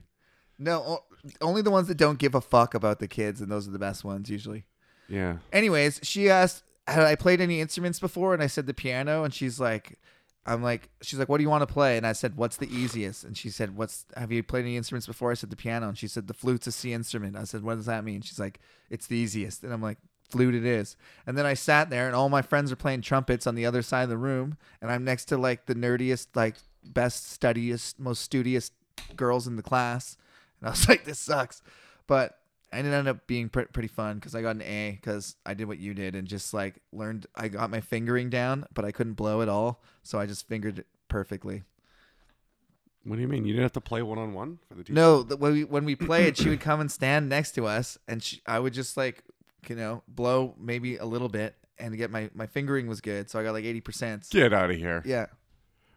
No, o- only the ones that don't give a fuck about the kids, and those are the best ones usually. Yeah. Anyways, she asked, "Had I played any instruments before?" And I said the piano, and she's like, "I'm like, she's like, what do you want to play?" And I said, "What's the easiest?" And she said, "What's have you played any instruments before?" I said the piano, and she said the flute's a C instrument. I said, "What does that mean?" She's like, "It's the easiest," and I'm like. Flute it is, and then I sat there, and all my friends are playing trumpets on the other side of the room, and I'm next to like the nerdiest, like best studiest, most studious girls in the class, and I was like, this sucks. But I ended up being pre- pretty fun because I got an A because I did what you did and just like learned. I got my fingering down, but I couldn't blow at all. So I just fingered it perfectly. What do you mean? You didn't have to play one on one for the teacher? No, the, when, we, when we played, she would come and stand next to us and she, I would just like, you know, blow maybe a little bit and get my, my fingering was good. So I got like 80%. Get out of here. Yeah.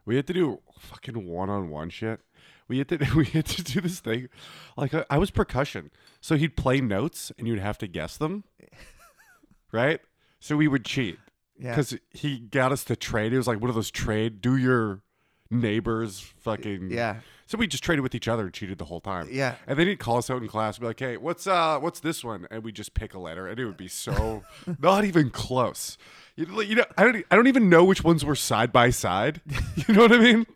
We had to do fucking one on one shit. We had to we had to do this thing. Like I, I was percussion, so he'd play notes and you'd have to guess them, right? So we would cheat Yeah. because he got us to trade. It was like one of those trade. Do your neighbors fucking Yeah. So we just traded with each other and cheated the whole time. Yeah. And then he'd call us out in class and be like, hey, what's uh what's this one? And we just pick a letter and it would be so not even close. You, you know, I don't e, I don't even know which ones were side by side. You know what I mean?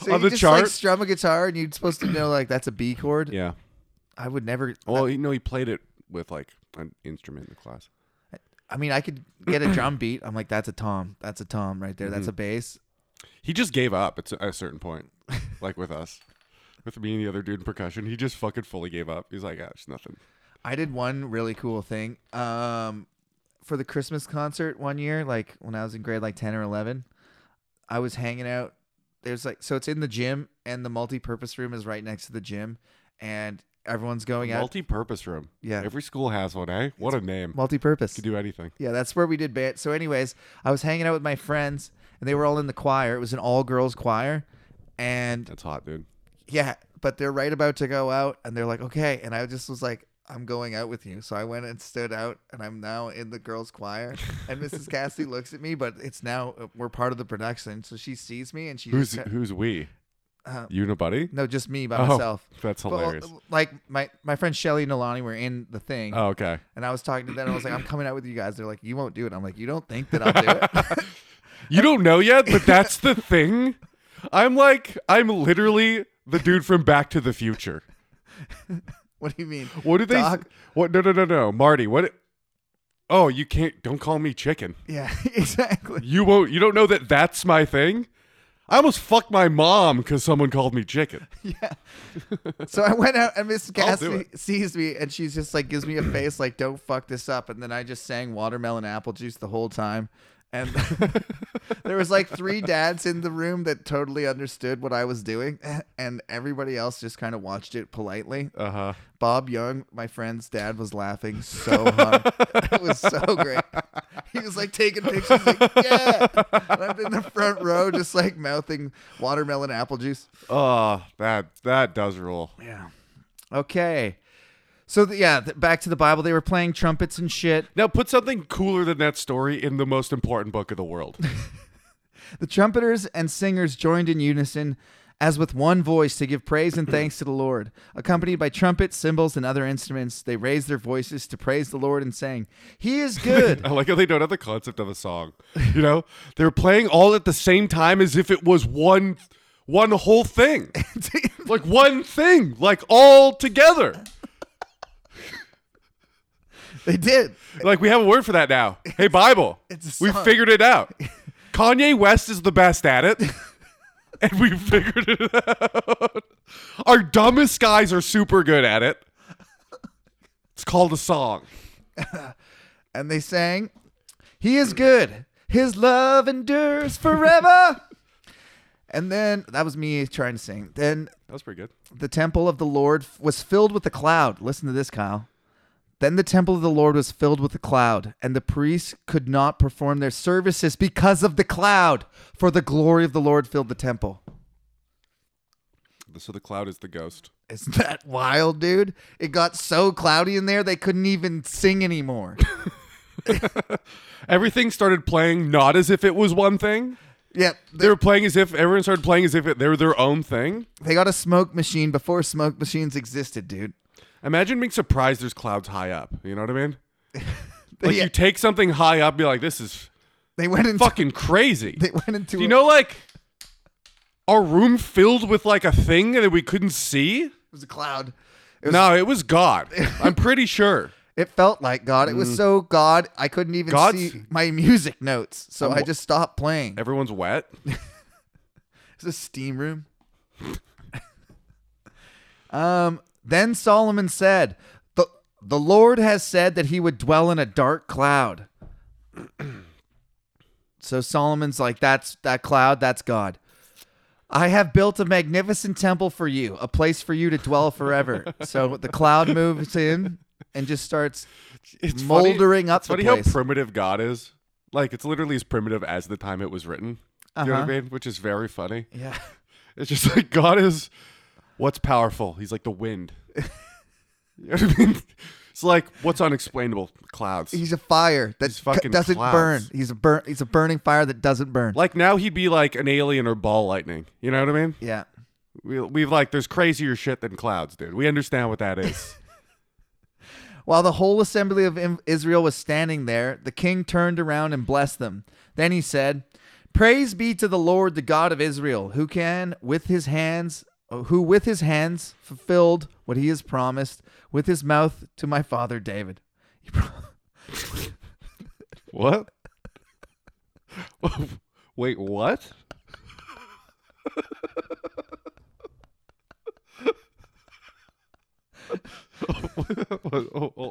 So On you the just chart. like uh, strum a guitar and you're supposed to know like that's a B chord. yeah. I would never. Well, you know, he played it with like an instrument in the class. I mean, I could get a drum beat. I'm like, that's a tom. That's a tom right there. Mm-hmm. That's a bass. He just gave up at s- at a certain point, like with us. With me and the other dude in percussion, he just fucking fully gave up. He's like, "Ah, it's nothing." I did one really cool thing. Um, for the Christmas concert one year, like when I was in grade like ten or eleven, I was hanging out. There's like so it's in the gym and the multi-purpose room is right next to the gym, and everyone's going out. Multi-purpose room. Yeah. Every school has one, eh? What a name. Multi-purpose. Could do anything. Yeah, that's where we did band. So, anyways, I was hanging out with my friends, and they were all in the choir. It was an all-girls choir, and That's hot, dude. yeah, but they're right about to go out and they're like, okay. And I just was like, I'm going out with you. So I went and stood out and I'm now in the girls' choir. And Mrs. Cassidy looks at me, but it's now uh, we're part of the production. So she sees me and she Who's just, who's we? Uh, you and a buddy? no, just me by Oh, myself. That's But, uh, hilarious. like my, my friend Shelly and Alani were in the thing. oh, okay. And I was talking to them. I was like, I'm coming out with you guys. They're like, you won't do it. I'm like, you don't think that I'll do it? You don't know yet, but that's the thing. I'm like, I'm literally the dude from Back to the Future. what do you mean? What did they? s- Doc. What? No, no, no, no, Marty. What? Oh, you can't. Don't call me chicken. Yeah, exactly. You won't. You don't know that that's my thing. I almost fucked my mom because someone called me chicken. Yeah. So I went out and Miss I'll do Cassidy sees me and she's just like gives me a face like don't fuck this up and then I just sang watermelon apple juice the whole time. And there was like three dads in the room that totally understood what I was doing and everybody else just kind of watched it politely. Uh huh. Bob Young, my friend's dad was laughing so hard. it was so great. He was like taking pictures like yeah. And I'm in the front row just like mouthing watermelon apple juice. Oh, that that does rule. Yeah. Okay. So th- yeah, th- back to the Bible. They were playing trumpets and shit. Now put something cooler than that story in the most important book of the world. The trumpeters and singers joined in unison, as with one voice, to give praise and thanks to the Lord. Accompanied by trumpets, cymbals, and other instruments, they raised their voices to praise the Lord and sang, "He is good." I like how they don't have the concept of a song. You know, they're playing all at the same time as if it was one, one whole thing, like one thing, like all together. they did. Like we have a word for that now. Hey, Bible, It's a we song. figured it out. Kanye West is the best at it. and we figured it out. Our dumbest guys are super good at it. It's called a song. And they sang, He is good. His love endures forever. and then that was me trying to sing. Then That was pretty good. the temple of the Lord f- was filled with a cloud. Listen to this, Kyle. Then the temple of the Lord was filled with a cloud, and the priests could not perform their services because of the cloud, for the glory of the Lord filled the temple. So the cloud is the ghost. Isn't that wild, dude? It got so cloudy in there they couldn't even sing anymore. Everything started playing not as if it was one thing. yep. They were playing as if everyone started playing as if it, they were their own thing. They got a smoke machine before smoke machines existed, dude. Imagine being surprised there's clouds high up. You know what I mean? Like Yeah. you take something high up, be like, this is They went into fucking crazy. they went into Do you a- know like a room filled with like a thing that we couldn't see? it was a cloud. No, it was God. I'm pretty sure. It felt like God. It was so God I couldn't even God's- see my music notes, so I just stopped playing. Everyone's wet. It's a steam room. um. Then Solomon said, "the The Lord has said that He would dwell in a dark cloud." so Solomon's like, "That's that cloud. That's God." I have built a magnificent temple for you, a place for you to dwell forever. so the cloud moves in and just starts It's Moldering funny, up It's the funny place. how primitive God is. Like it's literally as primitive as the time it was written. You Uh-huh. know what I mean? Which is very funny. Yeah. It's just like God is what's powerful. He's like the wind. you know what I mean? It's like what's unexplainable clouds. He's a fire that He's fucking c- doesn't clouds. burn. He's a burn. He's a burning fire that doesn't burn. like now he'd be like an alien or ball lightning. You know what I mean? yeah. We we like there's crazier shit than clouds, dude. We understand what that is. While the whole assembly of Im- Israel was standing there, the king turned around and blessed them. Then he said, "Praise be to the Lord, the God of Israel, who can with his hands, who with his hands fulfilled what he has promised with his mouth to my father David." He pro- what? Wait, what?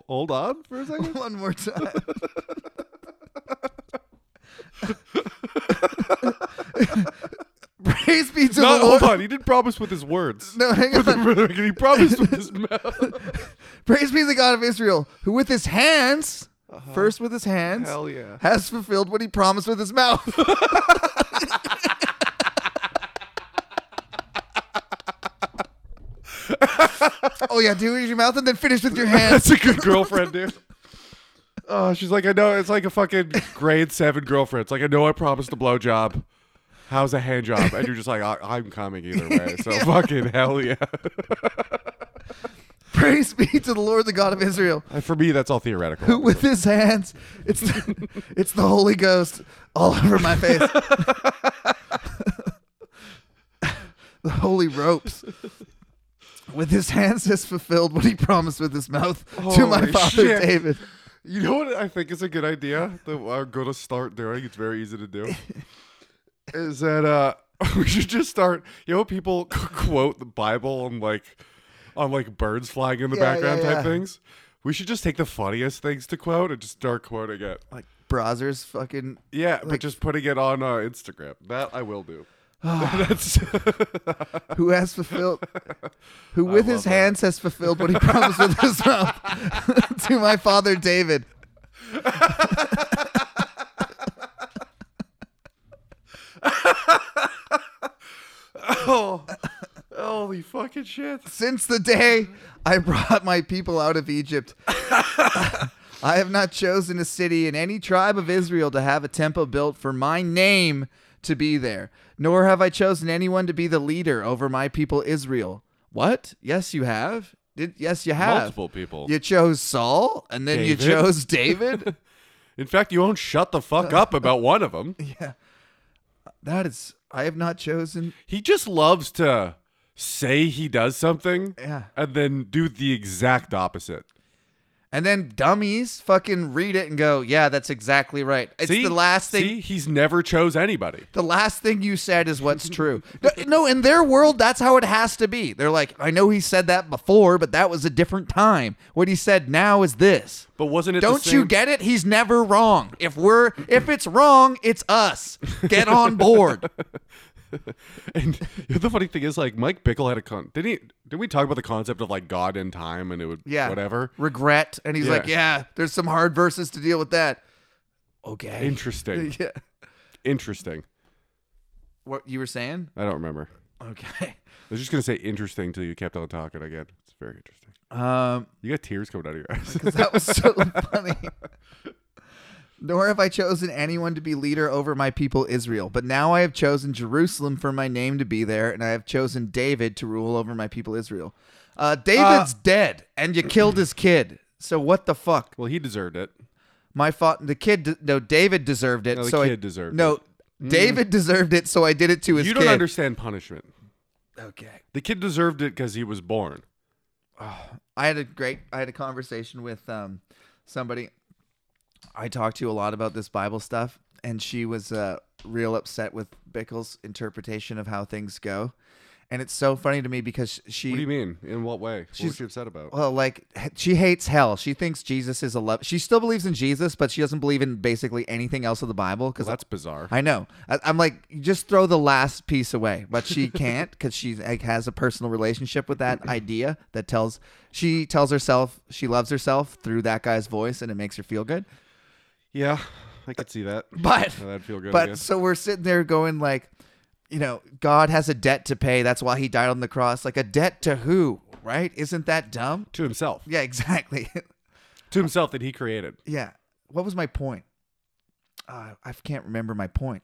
Hold on for a second. One more time. Praise be to No, the Lord. hold on. He didn't promise with his words. No, hang on. he promised with his mouth. Praise be the God of Israel, who with his hands, first with his hands, Uh-huh. Hell yeah. has fulfilled what he promised with his mouth. oh yeah, do it with your mouth and then finish with your hands. That's a good girlfriend, dude. Oh, she's like, I know. It's like a fucking grade seven girlfriend. It's like, I know I promised a blowjob. How's a hand job? And you're just like, I- I'm coming either way. So fucking hell yeah. Praise be to the Lord, the God of Israel, And for me, that's all theoretical. who with his hands, it's the, it's the Holy Ghost all over my face. the holy ropes. With his hands has fulfilled what he promised with his mouth to my Holy father shit. David. You know what I think is a good idea that I'm gonna start doing. It's very easy to do. is that uh we should just start. You know, people quote the Bible on like on like birds flying in the Yeah, yeah, background type yeah. things. We should just take the funniest things to quote and just start quoting it. Like browsers fucking Yeah, but Like- just putting it on uh, Instagram. That I will do. Oh. That's who has fulfilled who with his love that. hands has fulfilled what he promised with his mouth to my father David. oh, holy fucking shit. Since the day I brought my people out of Egypt, I have not chosen a city in any tribe of Israel to have a temple built for my name to be there, nor have I chosen anyone to be the leader over my people Israel. What? Yes, you have. Did yes, you have. Multiple people. You chose Saul, and then David. you chose David. In fact, you won't shut the fuck up about one of them. that is, I have not chosen. He just loves to say he does something Yeah. and then do the exact opposite. And then dummies fucking read it and go, yeah, that's exactly right. It's See? the last thing. See? he's never chose anybody. The last thing you said is what's true. No, no, in their world, that's how it has to be. They're like, I know he said that before, but that was a different time. What he said now is this. But wasn't it? the Don't you same- get it? He's never wrong. If we're if it's wrong, it's us. Get on board. And the funny thing is, like Mike Bickle had a con. Didn't he? Did we talk about the concept of like God and time and it would Yeah. whatever? Regret. And he's Yeah. like, Yeah, there's some hard verses to deal with that. Okay. Interesting. yeah. interesting. What you were saying? I don't remember. Okay. I was just gonna say interesting until you kept on talking again. It's very interesting. Um You got tears coming out of your eyes. That was so funny. Nor have I chosen anyone to be leader over my people Israel, but now I have chosen Jerusalem for my name to be there, and I have chosen David to rule over my people Israel. Uh, David's dead, and you killed his kid. So what the fuck? well, he deserved it. My fault. The kid. De- no, David deserved it. No, the so I, kid deserved Mm. No, David deserved it. So I did it to his. you don't kid. understand punishment. Okay. The kid deserved it because he was born. I had a great I had a conversation with um somebody I talked to a lot about this Bible stuff and she was uh real upset with Bickle's interpretation of how things go. And it's so funny to me because she What do you mean? In what way? What was She's- she upset about? well uh, like h- she hates hell. She thinks Jesus is a love. She still believes in Jesus, but she doesn't believe in basically anything else of the Bible cuz That's bizarre. I know. I, I'm like, you just throw the last piece away, but she can't because she like, has a personal relationship with that idea that tells she tells herself she loves herself through that guy's voice, and it makes her feel good. yeah, I could see that. But Yeah, that'd feel good, I But guess. so we're sitting there going like, you know, God has a debt to pay. That's why He died on the cross. Like a debt to who? Right? Isn't that dumb? to himself. Yeah, exactly. To himself that he created. yeah. What was my point? Uh, I can't remember my point.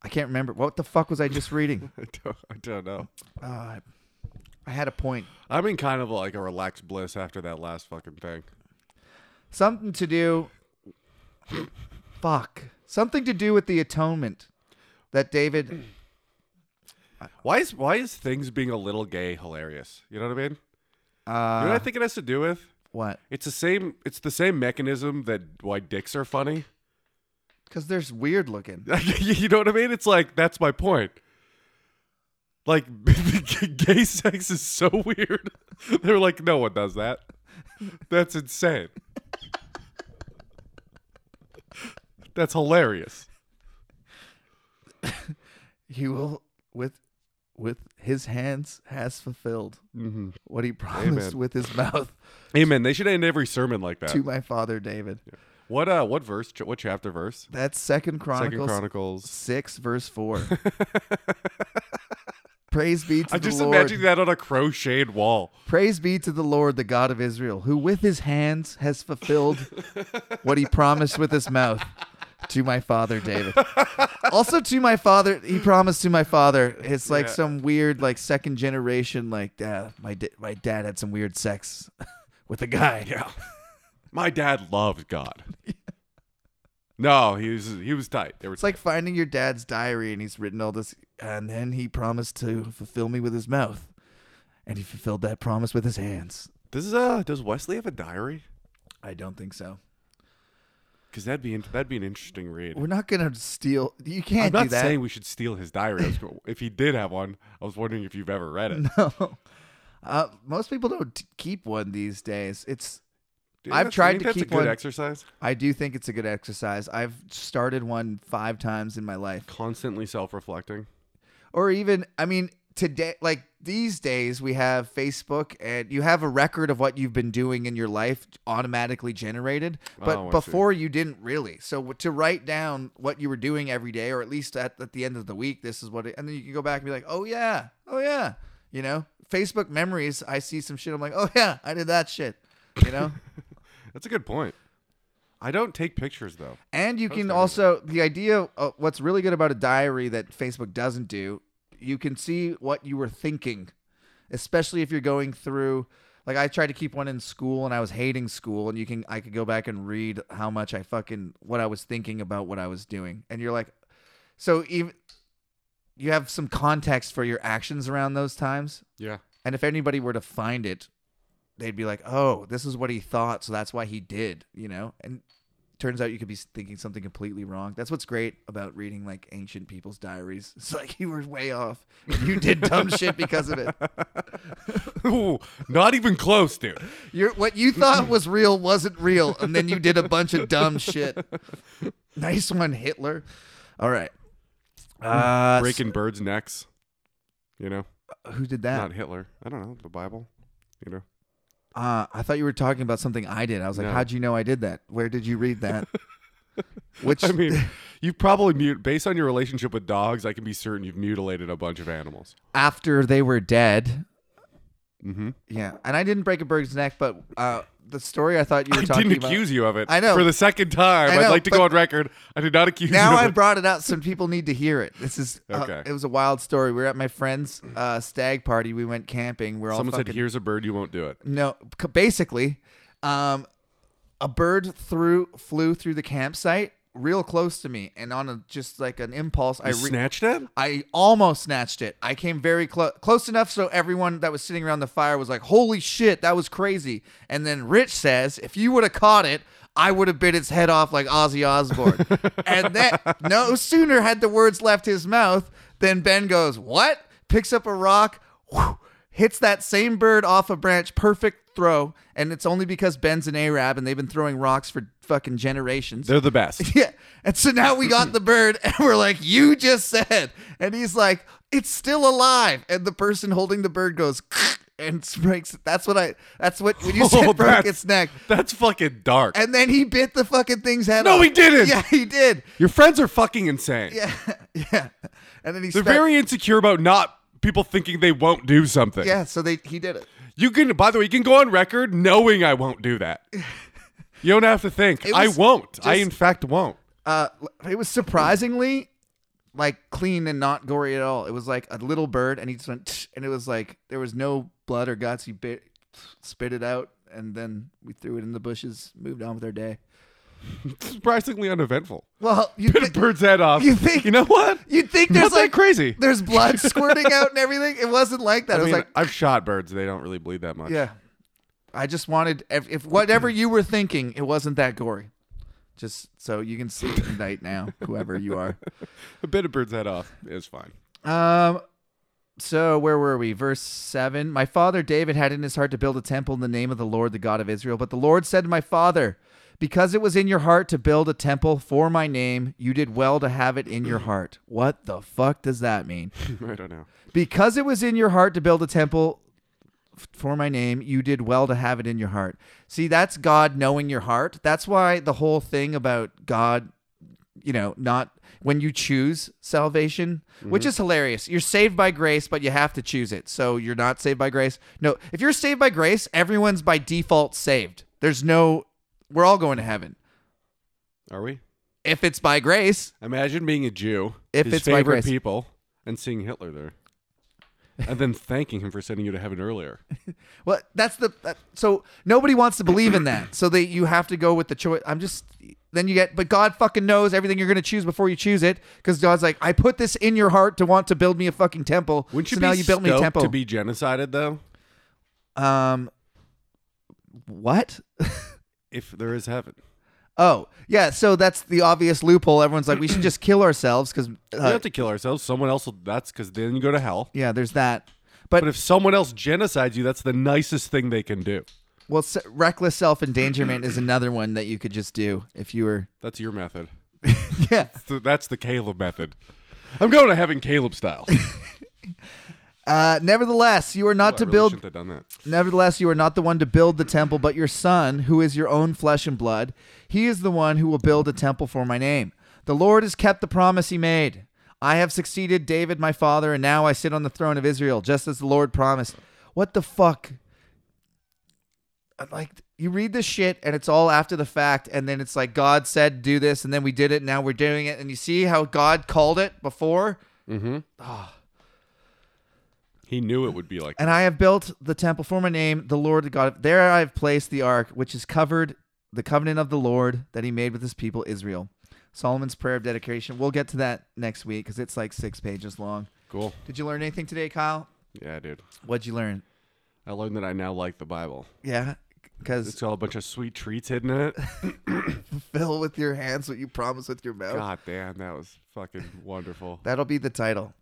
I can't remember. What the fuck was I just reading? I don't, I don't know. Uh, I had a point. I'm in kind of like a relaxed bliss after that last fucking thing. Something to do. Fuck. Something to do with the atonement that David. Why is why is things being a little gay hilarious? You know what I mean? Uh, You know what I think it has to do with? what? It's the same. It's the same mechanism that why dicks are funny. Because there's weird looking. you know what I mean? It's like that's my point. Like gay sex is so weird. They're like, no one does that. That's insane. That's hilarious. He will with with his hands has fulfilled Mhm. what he promised Amen. with his mouth Amen. They should end every sermon like that. to my father David. What uh? What verse? Ch- What chapter? Verse? That's Second Chronicles Second Chronicles. six verse four. Praise be to I'm the just Lord. imagining that on a crocheted wall. Praise be to the Lord, the God of Israel, who with his hands has fulfilled what he promised with his mouth to my father David. also to my father, he promised to my father. It's like Yeah. some weird, like second generation, like uh, my da- my dad had some weird sex with a guy. Yeah, My dad loved God. No, he was he was tight. They were it's like finding your dad's diary and he's written all this, and then he promised to fulfill me with his mouth, and he fulfilled that promise with his hands. Does uh does Wesley have a diary? I don't think so. Because that'd be in- that'd be an interesting read. We're not gonna steal. You I'm can't do not that. saying we should steal his diary. I was go- if he did have one, I was wondering if you've ever read it. No. Uh, most people don't t- keep one these days. It's Do you I've think tried that's- to do you think keep that's a good one- exercise. I do think it's a good exercise. I've started one five times in my life, Constantly self-reflecting. or even I mean today, like these days, we have Facebook, and you have a record of what you've been doing in your life automatically generated. But Oh, I see. before you didn't really. So w- to write down what you were doing every day, or at least at, at the end of the week, this is what, it, and then you can go back and be like, oh yeah, oh yeah, you know. Facebook memories, I see some shit. I'm like, oh yeah, I did that shit. You know, That's a good point. I don't take pictures though. And you can Post also the idea of what's really good about a diary that Facebook doesn't do, you can see what you were thinking, especially if you're going through like I tried to keep one in school and I was hating school and you can I could go back and read how much I fucking what I was thinking about what I was doing. And you're like so even you have some context for your actions around those times. Yeah. And if anybody were to find it, they'd be like, "Oh, this is what he thought, so that's why he did," you know? And turns out you could be thinking something completely wrong. That's what's great about reading like ancient people's diaries. It's like you were way off. You did dumb shit because of it. Ooh, not even close, dude. Your what you thought was real wasn't real, and then you did a bunch of dumb shit. Nice one, Hitler. All right. Uh, Breaking birds' necks. You know, who did that? not Hitler. I don't know the Bible. You know, Uh, I thought you were talking about something I did. I was like, No. "How'd you know I did that? Where did you read that?" Which I mean, you probably mute based on your relationship with dogs. I can be certain you've mutilated a bunch of animals. after they were dead. Mhm. Yeah, and I didn't break a bird's neck, but uh, the story I thought you were I talking didn't about. accuse you of it. I know. For the second time, I I'd know, like to but- go on record. I did not accuse Now you. I Of it. brought it out. Some people need to hear it. This is uh, Okay. It was a wild story. We were at my friend's uh, stag party. We went camping. We're all Someone fucking said, "Here's a bird. You won't do it." No, c- basically, um, a bird threw flew through the campsite real close to me, and on a just like an impulse, I You re- snatched it. I almost snatched it. I came very close, close enough so everyone that was sitting around the fire was like, "Holy shit, that was crazy!" And then Rich says, "If you would have caught it." I would have bit its head off like Ozzy Osbourne. and that no sooner had the words left his mouth than Ben goes, What? Picks up a rock, whew, hits that same bird off a branch, perfect throw. And it's only because Ben's an Arab and they've been throwing rocks for fucking generations. They're the best. Yeah. And so now we got the bird and we're like, you just said. And he's like, it's still alive. And the person holding the bird goes, and breaks it. That's what I, that's what, when you said Oh, broke that's- its neck. That's fucking dark. And then he bit the fucking thing's head No, off. he didn't. Yeah, he did. Your friends are fucking insane. Yeah. Yeah. And then he They're spent, very insecure about not people thinking they won't do something. yeah, so they, he did it. You can, by the way, you can go on record knowing I won't do that. You don't have to think. It I was won't. I, just- in fact, won't. uh, it was surprisingly like clean and not gory at all. It was like a little bird, and he just went, "Tch," and it was like there was no blood or guts. He bit, spit it out, and then we threw it in the bushes, moved on with our day. Surprisingly uneventful. Well, you Bit a thi- bird's head off. you think- You know what? you'd think Not there's that like crazy. There's blood squirting out and everything. It wasn't like that. I it was mean, like I've shot birds. They don't really bleed that much. yeah. I just wanted if, if whatever you were thinking, it wasn't that gory. Just so you can sleep at night now, whoever you are. A bit of bird's head off is fine. Um so where were we? Verse 7. My father David had in his heart to build a temple in the name of the Lord the God of Israel, but the Lord said to my father, because it was in your heart to build a temple for my name, you did well to have it in your heart. What the fuck does that mean? I don't know. Because it was in your heart to build a temple f- for my name, you did well to have it in your heart. See, that's God knowing your heart. That's why the whole thing about God, you know, not when you choose salvation, which is hilarious. You're saved by grace, but you have to choose it. So you're not saved by grace. No, if you're saved by grace, everyone's by default saved. There's no, we're all going to heaven. Are we? If it's by grace, Imagine being a Jew, If his it's my favorite grace. people, and seeing Hitler there, and then thanking him for sending you to heaven earlier. Well, that's the that, so nobody wants to believe in that. So that you have to go with the choice. I'm just then you get, but God fucking knows everything you're gonna choose before you choose it, because God's like, I put this in your heart to want to build me a fucking temple. Wouldn't you so be now you built me a stoked temple. to be genocided though? um, what? If there is heaven, oh yeah, so that's the obvious loophole. Everyone's like, we should just kill ourselves because we uh, have to kill ourselves. Someone else. Will, that's because then you go to hell. yeah, there's that. But if someone else genocides you, that's the nicest thing they can do. Well, se- reckless self endangerment is another one that you could just do if you were. That's your method. Yeah. So that's the Caleb method. I'm going to heaven Caleb style. Uh, nevertheless, you are not Oh, I to really build shouldn't have done that. Nevertheless, you are not the one to build the temple, but your son, who is your own flesh and blood. He is the one who will build a temple for my name. The Lord has kept the promise he made. I have succeeded David, my father, and now I sit on the throne of Israel, just as the Lord promised. What the fuck? Like, you read this shit and it's all after the fact, and then it's like, God said, do this, and then we did it, now we're doing it, and you see how God called it before? He knew it would be like. And I have built the temple for my name, the Lord God. There I have placed the ark, which is covered the covenant of the Lord that he made with his people Israel. Solomon's prayer of dedication. We'll get to that next week because it's like six pages long. Cool. Did you learn anything today, Kyle? Yeah, dude. What'd you learn? I learned that I now like the Bible. Yeah, because It's got a bunch of sweet treats hidden in it. fill with your hands what you promise with your mouth. God damn, that was fucking wonderful. That'll be the title.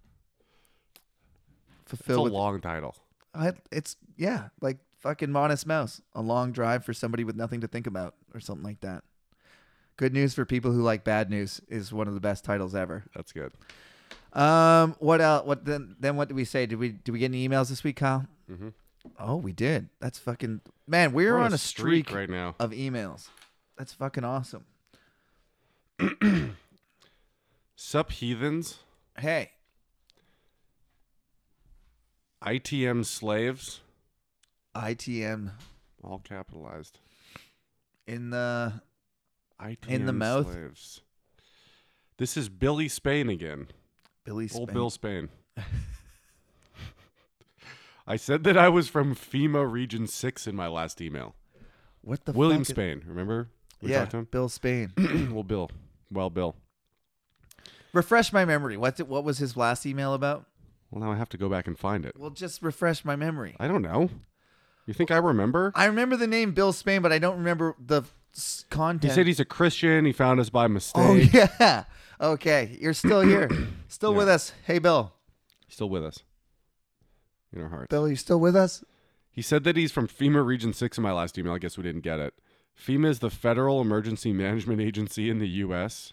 It's a Fulfill with long title. I, it's yeah, like fucking Modest Mouse, a long drive for somebody with nothing to think about, or something like that. Good news for people who like bad news is one of the best titles ever. That's good. Um, what else? What then? Then what did we say? Did we did we get any emails this week, Kyle? Mhm. Oh, we did. That's fucking man. We're, on, a streak, right now. of emails. That's fucking awesome. Sup heathens, Hey, ITM slaves, ITM all capitalized. in the ITM mouth? slaves. This is Billy Spain again. Billy Old Spain. Bill Spain. I said that I was from FEMA Region 6 in my last email. What the William fuck is- Spain, remember? We yeah, talked to Bill Spain. him? well, Bill. Well, Bill. refresh my memory. What did, what was his last email about? Well, now I have to go back and find it. Well, just refresh my memory. I don't know. You think I remember? I remember the name Bill Spain, but I don't remember the s- He content. said he's a Christian. He found us by mistake. oh yeah. Okay, you're still here, still with us. Hey, Bill. He's still with us in our hearts. Bill, are you still with us? He said that he's from FEMA Region 6 in my last email. I guess we didn't get it. FEMA is the Federal Emergency Management Agency in the U.S.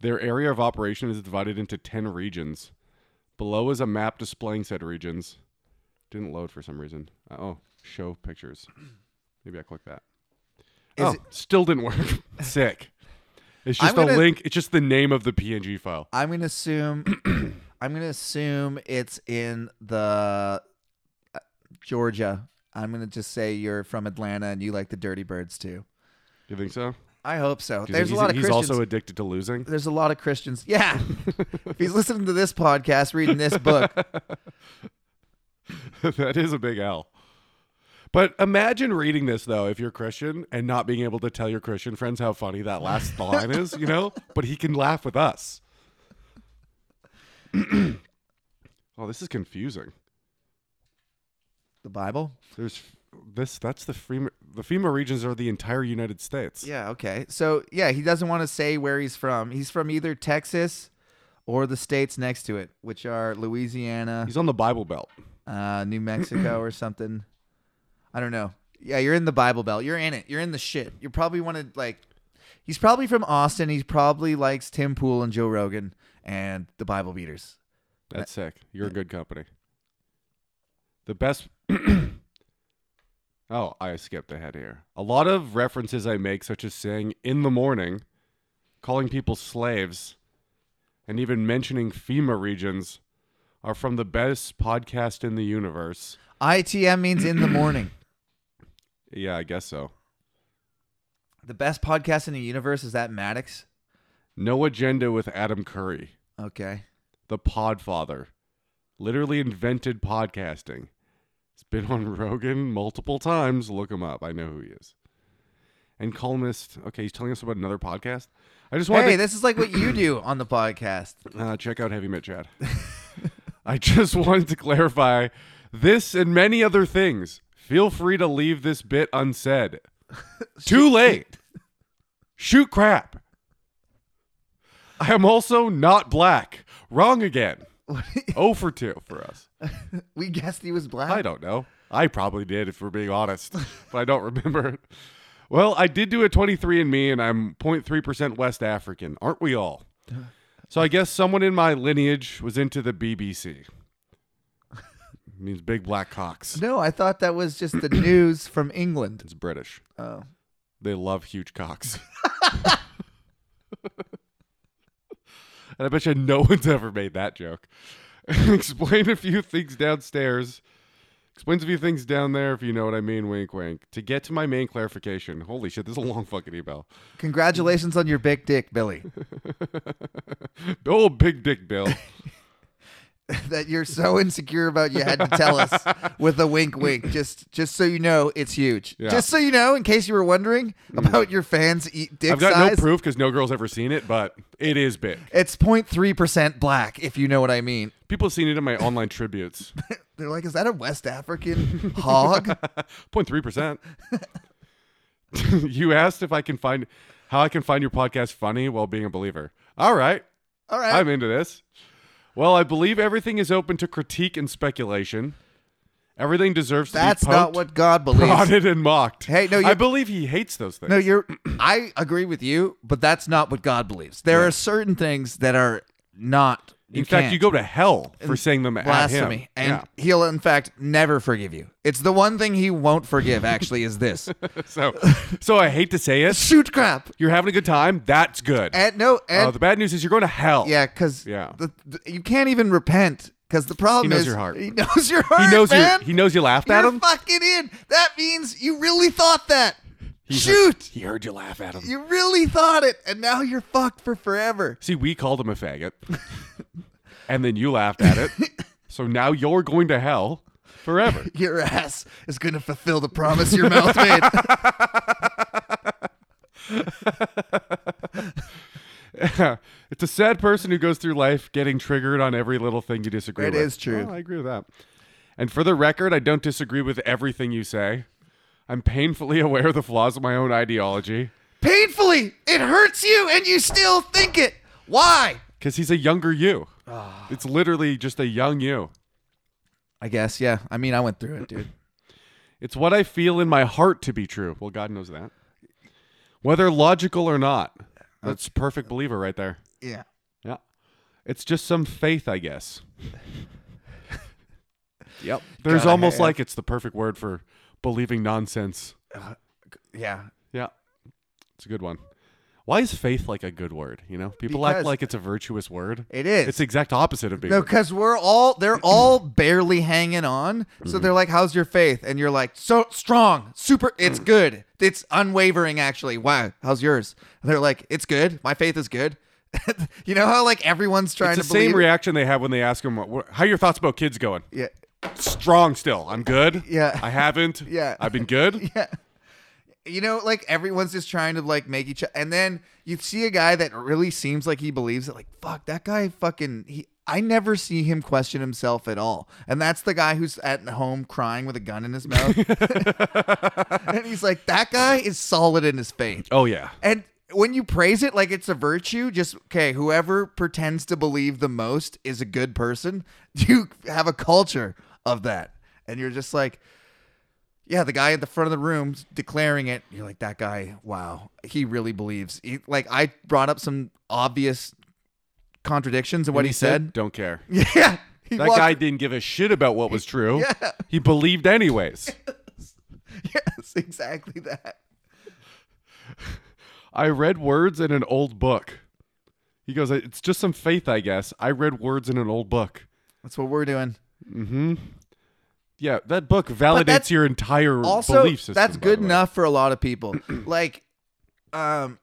Their area of operation is divided into 10 regions. Below is a map displaying said regions. Didn't load for some reason. Uh, Oh, show pictures. Maybe I click that. Is oh, it- still didn't work. Sick. It's I'm just gonna- a link. It's just the name of the PNG file. I'm gonna assume. I'm gonna assume it's in the uh, Georgia. I'm gonna just say you're from Atlanta and you like the Dirty Birds too. Do you think so? I hope so. Do you think There's a he's- lot of he's Christians. also addicted to losing. there's a lot of Christians. Yeah. if he's listening to this podcast, reading this book, that is a big L. But imagine reading this though, if you're Christian and not being able to tell your Christian friends how funny that last line is, you know. But he can laugh with us. oh, this is confusing. the Bible. There's this. That's the FEMA. The FEMA regions are the entire United States. Yeah, okay. So, yeah, he doesn't want to say where he's from. He's from either Texas or the states next to it, which are Louisiana, He's on the Bible Belt. uh, New Mexico or something. I don't know. Yeah, you're in the Bible Belt. You're in it. You're in the shit. You probably want to like He's probably from Austin. He probably likes Tim Pool and Joe Rogan and the Bible Beaters. That's sick. You're a good company. The best. oh, I skipped ahead here. A lot of references I make, such as saying in the morning, calling people slaves, and even mentioning FEMA regions, are from the best podcast in the universe. ITM means in the morning. Yeah, I guess so. The best podcast in the universe is that Maddox. No Agenda with Adam Curry, Okay. the podfather, literally invented podcasting. He's been on Rogan multiple times. Look him up. I know who he is. And columnist. Okay, he's telling us about another podcast. I just wanted Hey, to this is like what you do on the podcast. uh, check out Heavy Mitt Chad. I just wanted to clarify this and many other things. Feel free to leave this bit unsaid. Too late. Shoot crap. I am also not black. Wrong again. Oh for two for us. we guessed he was black. I don't know. I probably did, if we're being honest, but I don't remember. Well, I did do a 23andMe, and I'm 0.3% West African. Aren't we all? So I guess someone in my lineage was into the BBC. means big black cocks. No, I thought that was just the news from England. It's British. Oh. They love huge cocks. and I bet you no one's ever made that joke. Explain a few things downstairs. Explains a few things down there, if you know what I mean. Wink, wink. To get to my main clarification, holy shit, this is a long fucking email. Congratulations on your big dick, Billy. Oh, big dick Bill. that you're so insecure about you had to tell us with a wink wink. Just just so you know, it's huge. Yeah. Mm. Just so you know, in case you were wondering about your fans eat dick I've got size. no proof because no girl's ever seen it, but it is big. it's 0.3% black, if you know what I mean. People have seen it in my online tributes. They're like, is that a West African hog? 0.3%. you asked if I can find how I can find your podcast funny while being a believer. All right. All right. I'm into this. Well, I believe everything is open to critique and speculation. Everything deserves to That's be poked, not what God believes. prodded, and mocked. Hey, no, I you- believe he hates those things. No, you're. I agree with you, but that's not what God believes. There are certain things that are not. in fact, can't. you go to hell for saying them at him. blasphemy, and Yeah. he'll in fact never forgive you. It's the one thing he won't forgive. Actually, is this So, so I hate to say it. shoot crap? You're having a good time. That's good. And no, and Uh, the bad news is you're going to hell. yeah, because Yeah. the, the- you can't even repent because the problem knows is your heart. He knows your heart. He knows you. man. He knows you laughed at You're him. fucking in. That means you really thought that. Shoot, He heard you laugh at him. you really thought it, and now you're fucked for forever. See, we called him a faggot, and then you laughed at it. so now you're going to hell forever. Your ass is gonna fulfill the promise your mouth made. it's a sad person who goes through life getting triggered on every little thing you disagree It with. is true. Oh, I agree with that. And for the record, I don't disagree with everything you say. I'm painfully aware of the flaws of my own ideology Painfully, it hurts you, and you still think it. Why? because he's a younger you. Ah. It's literally just a young you. I guess, yeah. I mean, I went through it, dude. It's what I feel in my heart to be true. Well, God knows that. Whether logical or not, that's perfect believer right there. yeah. Yeah. It's just some faith, I guess. yep. There's Gotta almost have- like it's the perfect word for believing nonsense. Yeah. Yeah. It's a good one. Why is faith like a good word? You know, people act Because- like it's a virtuous word. It is. It's the exact opposite of being. no, because we're all, they're all barely hanging on. So Mm-hmm. they're like, how's your faith? And you're like, so strong, super, it's good. It's unwavering, actually. Wow. How's yours? And they're like, it's good. My faith is good. you know how, like, everyone's trying it's to the believe. same reaction they have when they ask them, "How are your thoughts about kids going?" yeah. Strong still. I'm good. Yeah. I haven't. Yeah. I've been good. Yeah. You know, like everyone's just trying to like make each and then you see a guy that really seems like he believes it, like, fuck, that guy fucking he I never see him question himself at all. And that's the guy who's at home crying with a gun in his mouth. and he's like, that guy is solid in his faith. Oh yeah. And when you praise it like it's a virtue, just okay, whoever pretends to believe the most is a good person. You have a culture of that. And you're just like, yeah, the guy at the front of the room declaring it, you're like, that guy, wow, he really believes. He, like, I brought up some obvious contradictions in what And he, said. "Don't care." Yeah. He That walked- guy didn't give a shit about what was true. Yeah. He believed anyways. Yes, exactly that. I read words in an old book. He goes, It's just some faith, I guess. I read words in an old book. That's what we're doing. Yeah, that book validates that's your entire also belief system. that's by the good way. enough for a lot of people like um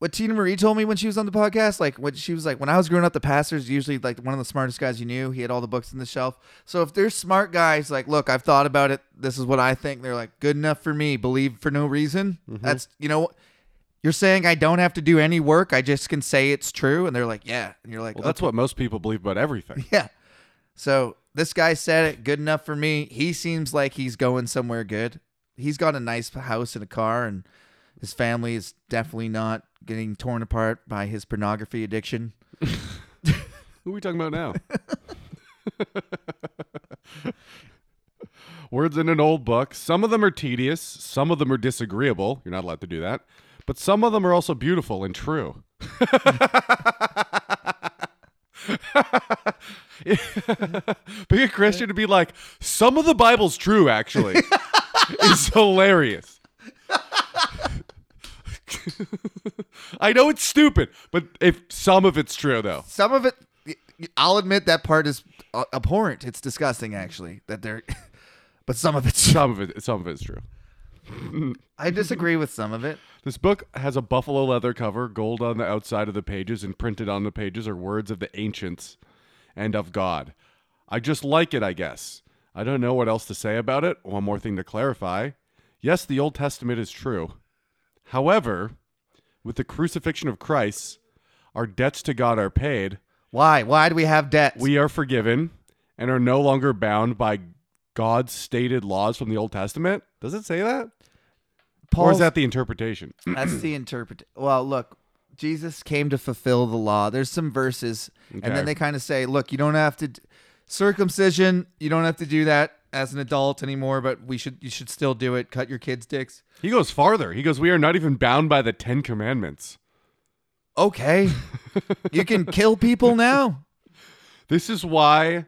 what Tina Marie told me when she was on the podcast, like when she was like, when I was growing up, the pastor's usually like one of the smartest guys you knew. He had all the books on the shelf. So if there's smart guys, like, look, I've thought about it. This is what I think. They're like, good enough for me. Believe for no reason. Mm-hmm. That's you know, you're saying I don't have to do any work. I just can say it's true. And they're like, yeah. And you're like, Well, that's what most people believe about everything. yeah. So this guy said it good enough for me. He seems like he's going somewhere good. He's got a nice house and a car, and his family is definitely not getting torn apart by his pornography addiction. Who are we talking about now? words in an old book. Some of them are tedious, some of them are disagreeable. You're not allowed to do that. But some of them are also beautiful and true. Being a Christian to be like, some of the Bible's true, actually, is hilarious. I know it's stupid, but if some of it's true, though. Some of it, I'll admit that part is a- abhorrent. It's disgusting, actually, that they're. But some of it's. Some of it, some of it's true. I disagree with some of it. This book has a buffalo leather cover, gold on the outside of the pages, and printed on the pages are words of the ancients and of God. I just like it, I guess. I don't know what else to say about it. One more thing to clarify. Yes, the Old Testament is true. However, with the crucifixion of Christ, our debts to God are paid, Why? Why do we have debts? we are forgiven, and are no longer bound by God's stated laws from the Old Testament? Does it say that? or Paul's- is that the interpretation? That's the interpret. Well, look, Jesus came to fulfill the law. There's some verses, and Okay. then they kind of say, "Look, you don't have to d- circumcision. You don't have to do that as an adult anymore, but we should. You should still do it. Cut your kids' dicks." He goes farther. He goes, We are not even bound by the Ten Commandments. Okay, you can kill people now. This is why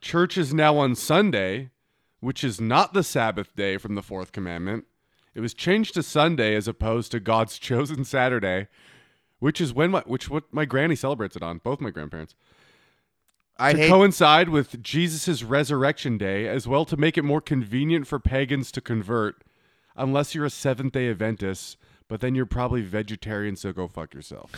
church is now on Sunday, which is not the Sabbath day from the fourth commandment. It was changed to Sunday as opposed to God's chosen Saturday, which is when my which what my granny celebrates it on, both my grandparents. I to hate. coincide with Jesus' resurrection day, as well to make it more convenient for pagans to convert, unless you're a Seventh day Adventist, but then you're probably vegetarian, so go fuck yourself.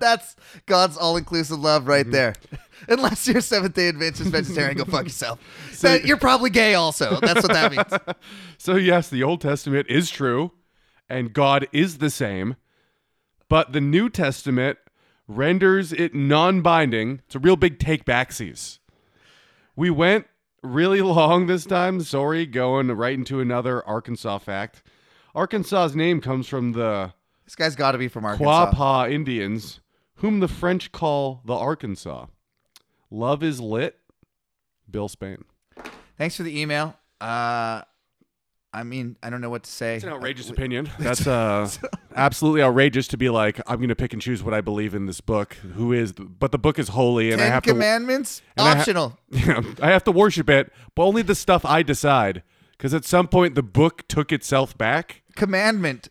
That's God's all-inclusive love right there. Unless you're Seventh Day Adventist vegetarian, go fuck yourself. That- you're probably gay, also. That's what that means. So, yes, the Old Testament is true, and God is the same, but the New Testament renders it non binding. It's a real big take backsies. We went really long this time. Sorry, going right into another Arkansas fact. Arkansas's name comes from the This guy's got to be from Arkansas. Quapaw Indians, whom the French call the Arkansas. Love is lit. Bill Spain. Thanks for the email. Uh, I mean, I don't know what to say. It's an outrageous opinion. That's uh, absolutely outrageous to be like, I'm going to pick and choose what I believe in this book. Who is, but the book is holy, and I Ten have Commandments and I ha- optional. to, I have to worship it, but only the stuff I decide. Because at some point, the book took itself back. commandment,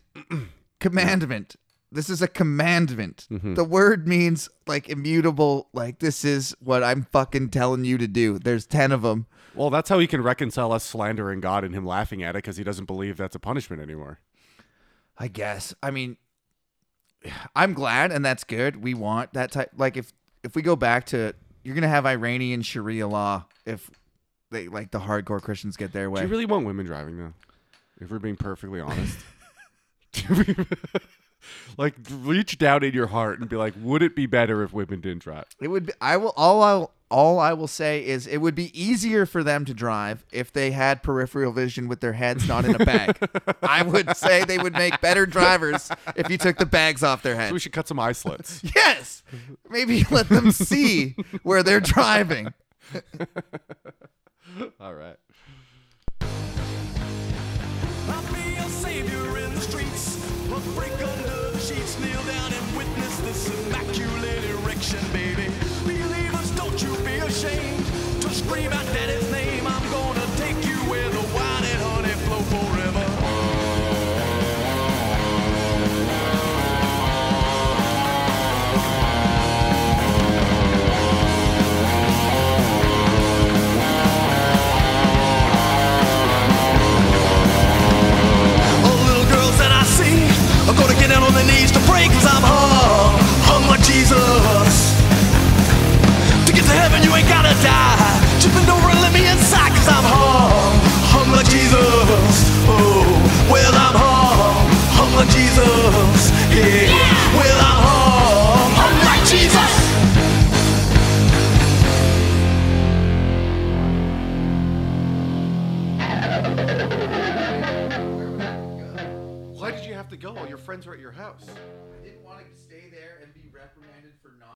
commandment. This is a commandment. Mm-hmm. The word means like immutable. Like this is what I'm fucking telling you to do. There's ten of them. Well, that's how he can reconcile us slandering God and him laughing at it because he doesn't believe that's a punishment anymore. I guess. I mean, I'm glad, and that's good. We want that type. Like if if we go back to, you're gonna have Iranian Sharia law if they like the hardcore Christians get their way. Do you really want women driving though? If we're being perfectly honest, Do we- like reach down in your heart and be like, would it be better if women didn't drive? It would. Be, I will. All I. will All I will say is, it would be easier for them to drive if they had peripheral vision with their heads not in a bag. I would say they would make better drivers if you took the bags off their We heads. should cut some eye slits. Yes, maybe let them see where they're driving. All right. I'll be a savior in the streets, but break under the sheets, kneel down and witness this immaculate erection, baby. Believers, don't you be ashamed to scream out daddy's name. I'm gonna take you where the wine and honey flow forever. All the little girls that I see are gonna get down on their knees to pray cause I'm hung, hung like Jesus. To get to heaven, you ain't gotta die. Just bend over and let me inside cause I'm hung, hung like Jesus. Oh, well, I'm hung, hung like Jesus. Yeah, well, I'm hung, hung like Jesus. Why did you have to go? All your friends were at your house. Didn't want to stay there and be reprimanded for not.